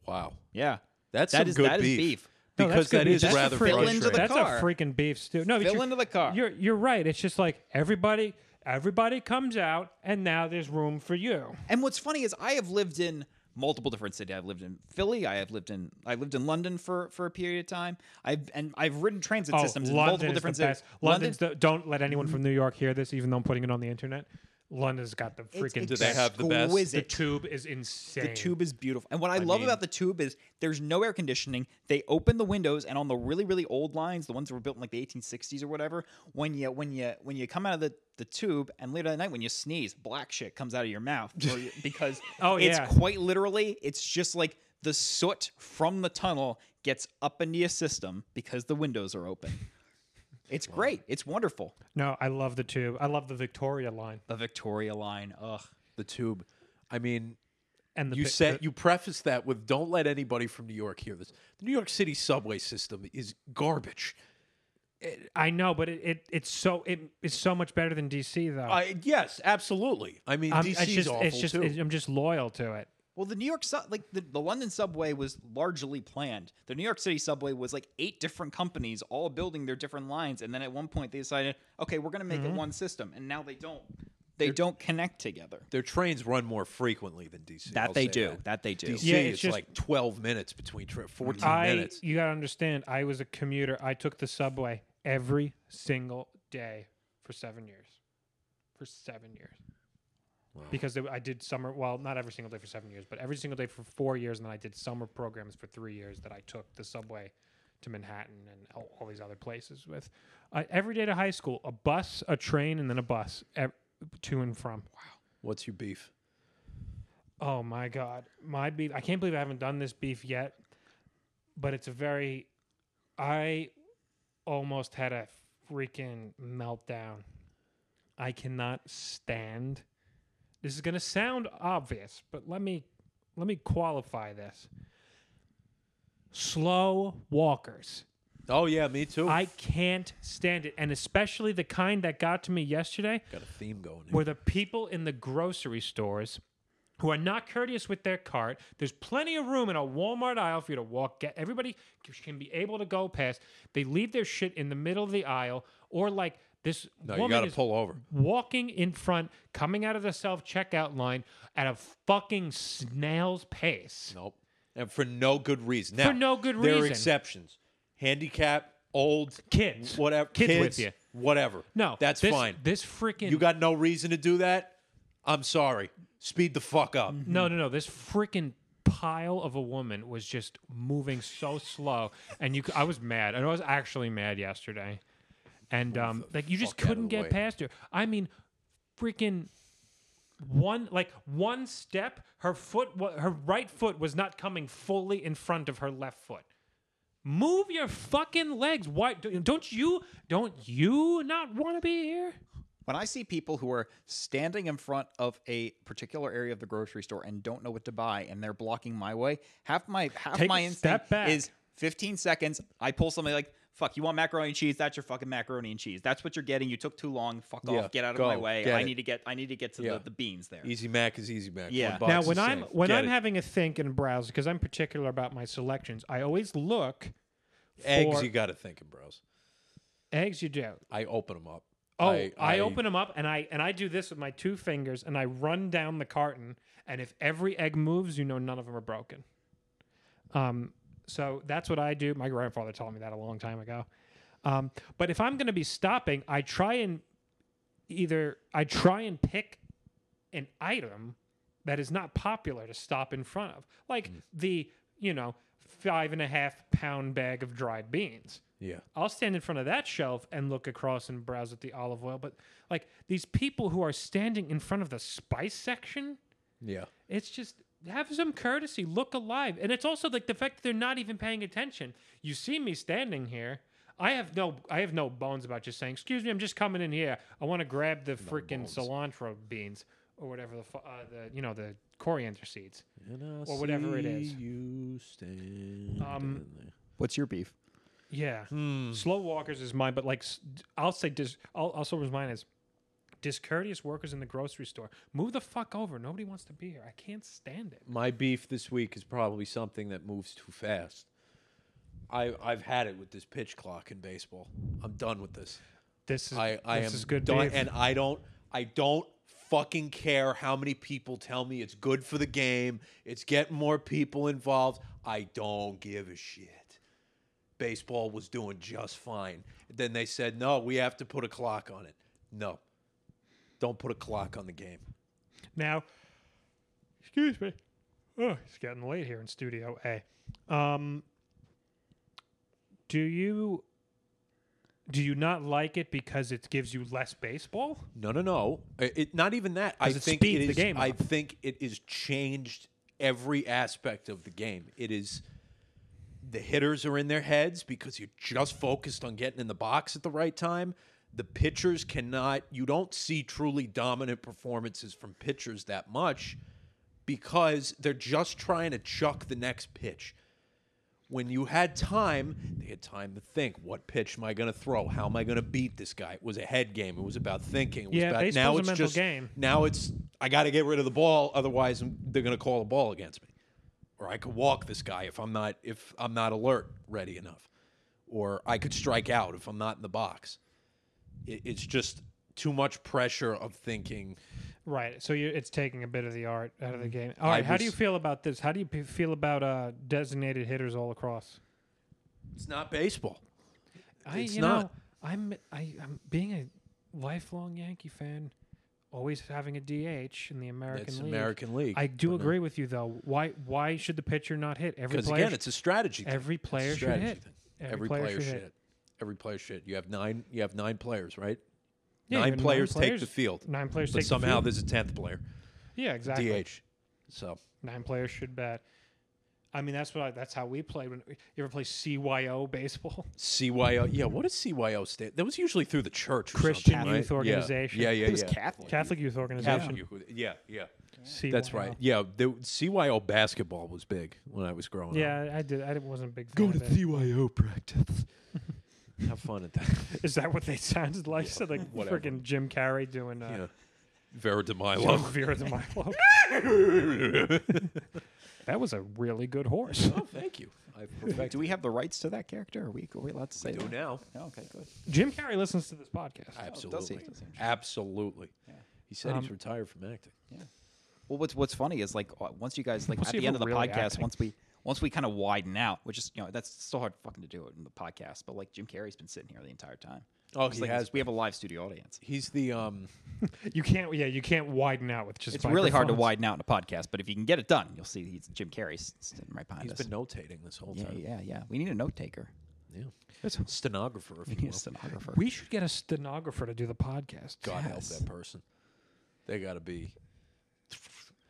Wow. yeah, That's That some is- good that is beef. beef. No, Because good that is beef. That's rather a fill into the frustrating. That's car. a freaking beef stew. No, but Fill you're- into the car. You're you're right. It's just like everybody everybody comes out, and now there's room for you. And what's funny is I have lived in multiple different cities. I've lived in Philly. I have lived in I lived in London for for a period of time. I've and I've ridden transit systems in multiple is different Oh, the best. cities. London's the, don't let anyone from New York hear this, even though I'm putting it on the internet. London's got the freaking Do they have the best? the exquisite. tube is insane. The tube is beautiful. And what I, love mean- about the tube is there's no air conditioning. They open the windows and on the really really old lines, the ones that were built in like the 1860s or whatever, when you when you when you come out of the the tube and later at night when you sneeze, black shit comes out of your mouth or you- because Oh, it's yeah. quite literally it's just like the soot from the tunnel gets up into your system because the windows are open. It's great. It's wonderful. No, I love the tube. I love the Victoria line The Victoria line. Ugh. The tube. I mean, and the you pi- said the- you prefaced that with "Don't let anybody from New York hear this." The New York City subway system is garbage. I know, but it, it it's so it, it's so much better than DC though. I yes, absolutely. I mean, I'm, DC's Uh, Um, it's just, awful it's just too. I'm just loyal to it. Well, the New York sub, like the, the London subway, was largely planned. The New York City subway was like eight different companies all building their different lines, and then at one point they decided, okay, we're going to make it one system, and now they don't. They don't connect together. Their trains run more frequently than DC. That I'll they say do. That, That they do. DC Yeah, is it's just- like twelve minutes between tri- fourteen I minutes. you gotta understand. I was a commuter. I took the subway every single day for seven years. For seven years, because there- I did summer. Well, not every single day for seven years, but every single day for four years, and then I did summer programs for three years that I took the subway to Manhattan and all, all these other places with. Uh, every day to high school, a bus, a train, and then a bus ev- to and from. What's your beef? Oh my god, my beef! I can't believe I haven't done this beef yet, but it's a very. I almost had a freaking meltdown. I cannot stand. This is gonna sound obvious, but let me let me qualify this. Slow walkers. Oh yeah, me too. I can't stand it, and especially the kind that got to me yesterday Got a theme going. Here. were the people in the grocery stores who are not courteous with their cart. There's plenty of room in a Walmart aisle for you to walk. Get everybody can be able to go past. They leave their shit in the middle of the aisle, or like this No, you woman got to is pull over. walking in front, coming out of the self checkout line at a fucking snail's pace. Nope. And for no good reason. Now, For no good There are reason. exceptions. Handicap, old, Kids. whatever. Kids with you. Whatever. No, that's this- fine. This freaking you got no reason to do that. I'm sorry. Speed the fuck up. No, no, no. This freaking pile of a woman was just moving so slow, and you. c- I was mad. I was actually mad yesterday, and um, like you just fuck outta couldn't the get way. past her. I mean, freaking one like one step her foot wa- her right foot was not coming fully in front of her left foot move your fucking legs why don't don't you don't you not want to be here When I see people who are standing in front of a particular area of the grocery store and don't know what to buy, and they're blocking my way, half my half Take my a instinct step back. is 15 seconds. I pull something like Fuck, you want macaroni and cheese? That's your fucking macaroni and cheese. That's what you're getting. You took too long. Fuck Yeah, off. Get out of go, my way. get I it. need to get. I need to get to Yeah. the, the beans there. Easy Mac is Easy Mac. Yeah. One box Now is when I'm safe. when Get I'm it. having a think and browse because I'm particular about my selections, I always look eggs, for- you got to think of bros. eggs. You do. I open them up. Oh, I, open them up and I and I do this with my two fingers and I run down the carton and if every egg moves, you know none of them are broken. Um, so that's what I do. My grandfather taught me that a long time ago. Um, but if I'm going to be stopping, I try and either I try and pick an item that is not popular to stop in front of, like the you know five and a half pound bag of dried beans. Yeah. I'll stand in front of that shelf and look across and browse at the olive oil. But like these people who are standing in front of the spice section, Yeah. it's just have some courtesy, look alive. And it's also like the fact that they're not even paying attention. You see me standing here. I have no I have no bones about just saying, "Excuse me, I'm just coming in here. I want to grab the freaking bones. cilantro beans or whatever the fu- uh, the you know the coriander seeds." And Or whatever it is. You stand Um, What's your beef? Yeah. Hmm. Slow walkers is mine, but like s- d- I'll say, dis, I'll also was mine is discourteous workers in the grocery store. Move the fuck over. Nobody wants to be here. I can't stand it. my beef this week is probably something that moves too fast. I I've had it with this pitch clock in baseball. I'm done with this. This is I I this am is good. done, beef. and I don't I don't fucking care how many people tell me it's good for the game. It's getting more people involved. I don't give a shit. Baseball was doing just fine. Then they said, "No, we have to put a clock on it." No. Don't put a clock on the game. now, excuse me. Oh, it's getting late here in Studio A. Um, do you do you not like it because it gives you less baseball? No, no, no. I- It not even that. I Does it think speed it the is- game I up? think it is changed every aspect of the game. It is the hitters are in their heads because you're just focused on getting in the box at the right time. The pitchers cannot. You don't see truly dominant performances from pitchers that much because they're just trying to chuck the next pitch when you had time, they had time to think. What pitch am I going to throw? How am I going to beat this guy? It was a head game. It was about thinking. It was Yeah, about, baseball's now a it's mental just game. now it's I got to get rid of the ball, otherwise I'm- they're going to call a ball against me, or I could walk this guy if I'm not if I'm not alert, ready enough, or I could strike out if I'm not in the box. It, it's just too much pressure of thinking. Right. So you, it's taking a bit of the art out of the game. All right. how do you was- feel about this? How do you p- feel about uh, designated hitters all across? It's not baseball. I, It's you not. Know, I'm I, I'm being a lifelong Yankee fan, always having a DH in the American it's League. American League. I do know. agree with you though. Why why should the pitcher not hit? Every Because player again, it's a strategy. thing. every It's a player should strategy hit. thing. Every Every, player player, should should hit. hit. Every player should. You have nine. You have nine players, right? Yeah, you nine, have nine players take players- the field, nine players but take somehow the there's a tenth player, field. yeah exactly DH. So nine players should bat. I mean that's what I, that's how we played when you ever play CYO baseball. CYO. Yeah, what does CYO stand? That was usually through the church, or Christian something, right? Youth Yeah. Organization. Yeah, It yeah, was yeah. Catholic. Catholic Youth Catholic Organization. Youth- Yeah, yeah. CYO. That's right. Yeah, the CYO basketball was big when I was growing up. Yeah, I did. I wasn't a big fan. um, Go of to it. CYO practice. have fun at that. Is that what they sounded like? So like whatever. freaking Jim Carrey doing uh, Yeah. Vera de John Milo. Vera the Milo. that was a really good horse. oh, thank you. I perfected. Do we have the rights to that character? Are we, are we allowed to say do that? now? No, okay, good. Jim Carrey listens to this podcast. Absolutely. he? Oh, Does he? Absolutely. He said Um, he's retired from acting. Well, what's what's funny is like uh, once you guys like We'll at see if the end of we're the really podcast, acting. once we once we kind of widen out, which is you know that's still hard fucking to do it in the podcast, but like Jim Carrey's been sitting here the entire time. Oh, It's he like has We have a live studio audience. He's the um You can't. Yeah, you can't widen out with just. It's really hard to microphones. widen out in a podcast, but if you can get it done, you'll see he's, Jim Carrey's sitting right behind he's us. been notating this whole yeah, time. yeah, yeah. We need a note taker. Yeah. That's- Stenographer We if you need a will. stenographer. We should get a stenographer to do the podcast. God help Yes. that person. They gotta be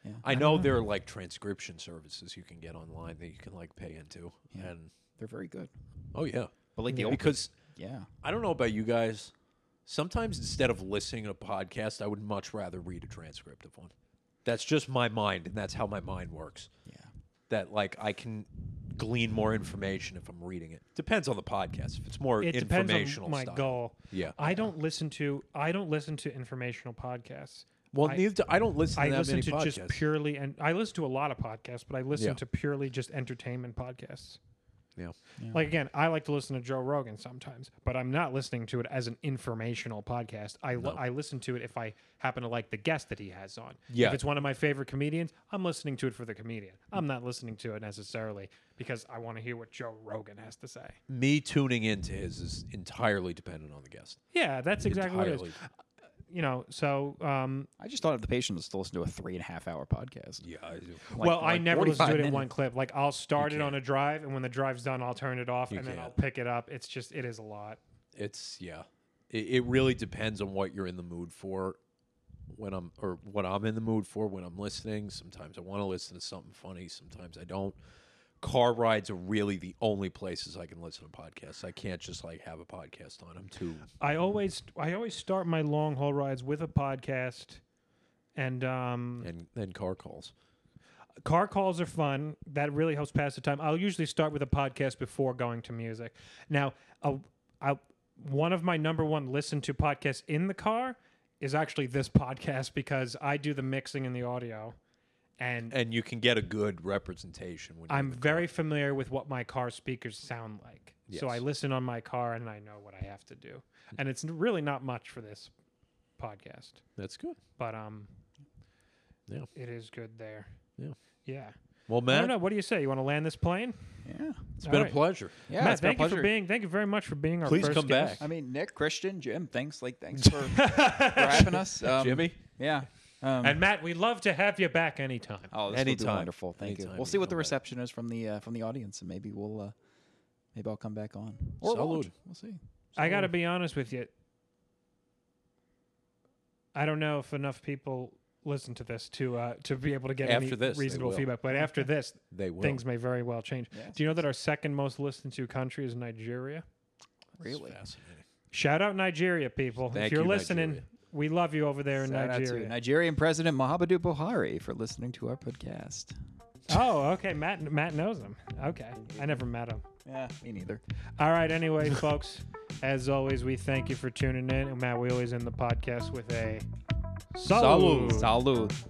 Yeah. I know there are like transcription services you can get online that you can like pay into. And They're very good. oh yeah. But like the old Because yeah. I don't know about you guys. Sometimes instead of listening to a podcast, I would much rather read a transcript of one. That's just my mind, and that's how my mind works. Yeah. that like I can glean more information if I'm reading it. Depends on the podcast. If it's more It depends informational on my style. goal. Yeah. I don't listen to I don't listen to informational podcasts. Well, I- neither do, I don't listen to I that listen many to podcasts. just purely and I listen to a lot of podcasts, but I listen Yeah. to purely just entertainment podcasts. yeah. Like again, I like to listen to Joe Rogan sometimes, but I'm not listening to it as an informational podcast. I li- I listen to it if I happen to like the guest that he has on. Yeah. If it's one of my favorite comedians, I'm listening to it for the comedian. I'm not listening to it necessarily because I want to hear what Joe Rogan has to say. Me tuning into his is entirely dependent on the guest. Yeah, that's exactly what it entirely. is. You know, so um, I just don't have the patience to listen to a three and a half hour podcast. Yeah, I do. Like- well, I like never listen to it 45 in one minutes. clip. Like I'll start it on a drive, and when the drive's done, I'll turn it off, You and then I'll can't. pick it up. It's just it is a lot. It's yeah. It, it really depends on what you're in the mood for when I'm or what I'm in the mood for when I'm listening. Sometimes I want to listen to something funny, sometimes I don't. Car rides are really the only places I can listen to podcasts. I can't just like have a podcast on. I'm too I always I always start my long haul rides with a podcast, and um, and and car calls. car calls are fun. That really helps pass the time. I'll usually start with a podcast before going to music. Now, a, I, one of my number one listen to podcasts in the car is actually this podcast because I do the mixing and the audio, and And you can get a good representation when you're in I'm the car. very familiar with what my car speakers sound like. So I Yes. listen on my car and I know what I have to do. And it's n- really not much for this podcast, That's good. but um Yeah. it is good there. Yeah. Yeah. Well, I don't Matt, know. What do you say? You want to land this plane? Yeah. it's been Alright. a pleasure. Yeah. Matt, it's been a thank you for pleasure. being thank you very much for being our Please first come guest. I back. mean, Nick, Christian, Jim, thanks. Like, thanks for, for having us. Um, Jimmy, Yeah. Um, And Matt, we'd love to have you back anytime. oh, this will anytime. be wonderful. Thank you. Anytime We'll you see what the come back. reception is from the uh, from the audience, and maybe we'll uh, maybe I'll come back on. Or Salud. won't. We'll see. I got to be honest with you. I don't know if enough people listen to this to uh, to be able to get any After this, they reasonable will. feedback. But after this, they will. things may very well change. Yeah. Do you know that our second most listened to country is Nigeria? That's Really. fascinating. Shout out Nigeria, people! if Thank you're you, listening, Nigeria. we love you over there in Shout out to Nigeria. Nigerian President Mohamedou Buhari for listening to our podcast. oh, okay. Matt Matt knows them. Okay, I never met him. Yeah, me neither. All right. Anyway, folks, as always, we thank you for tuning in. And Matt, we always end the podcast with a Salud. Salud.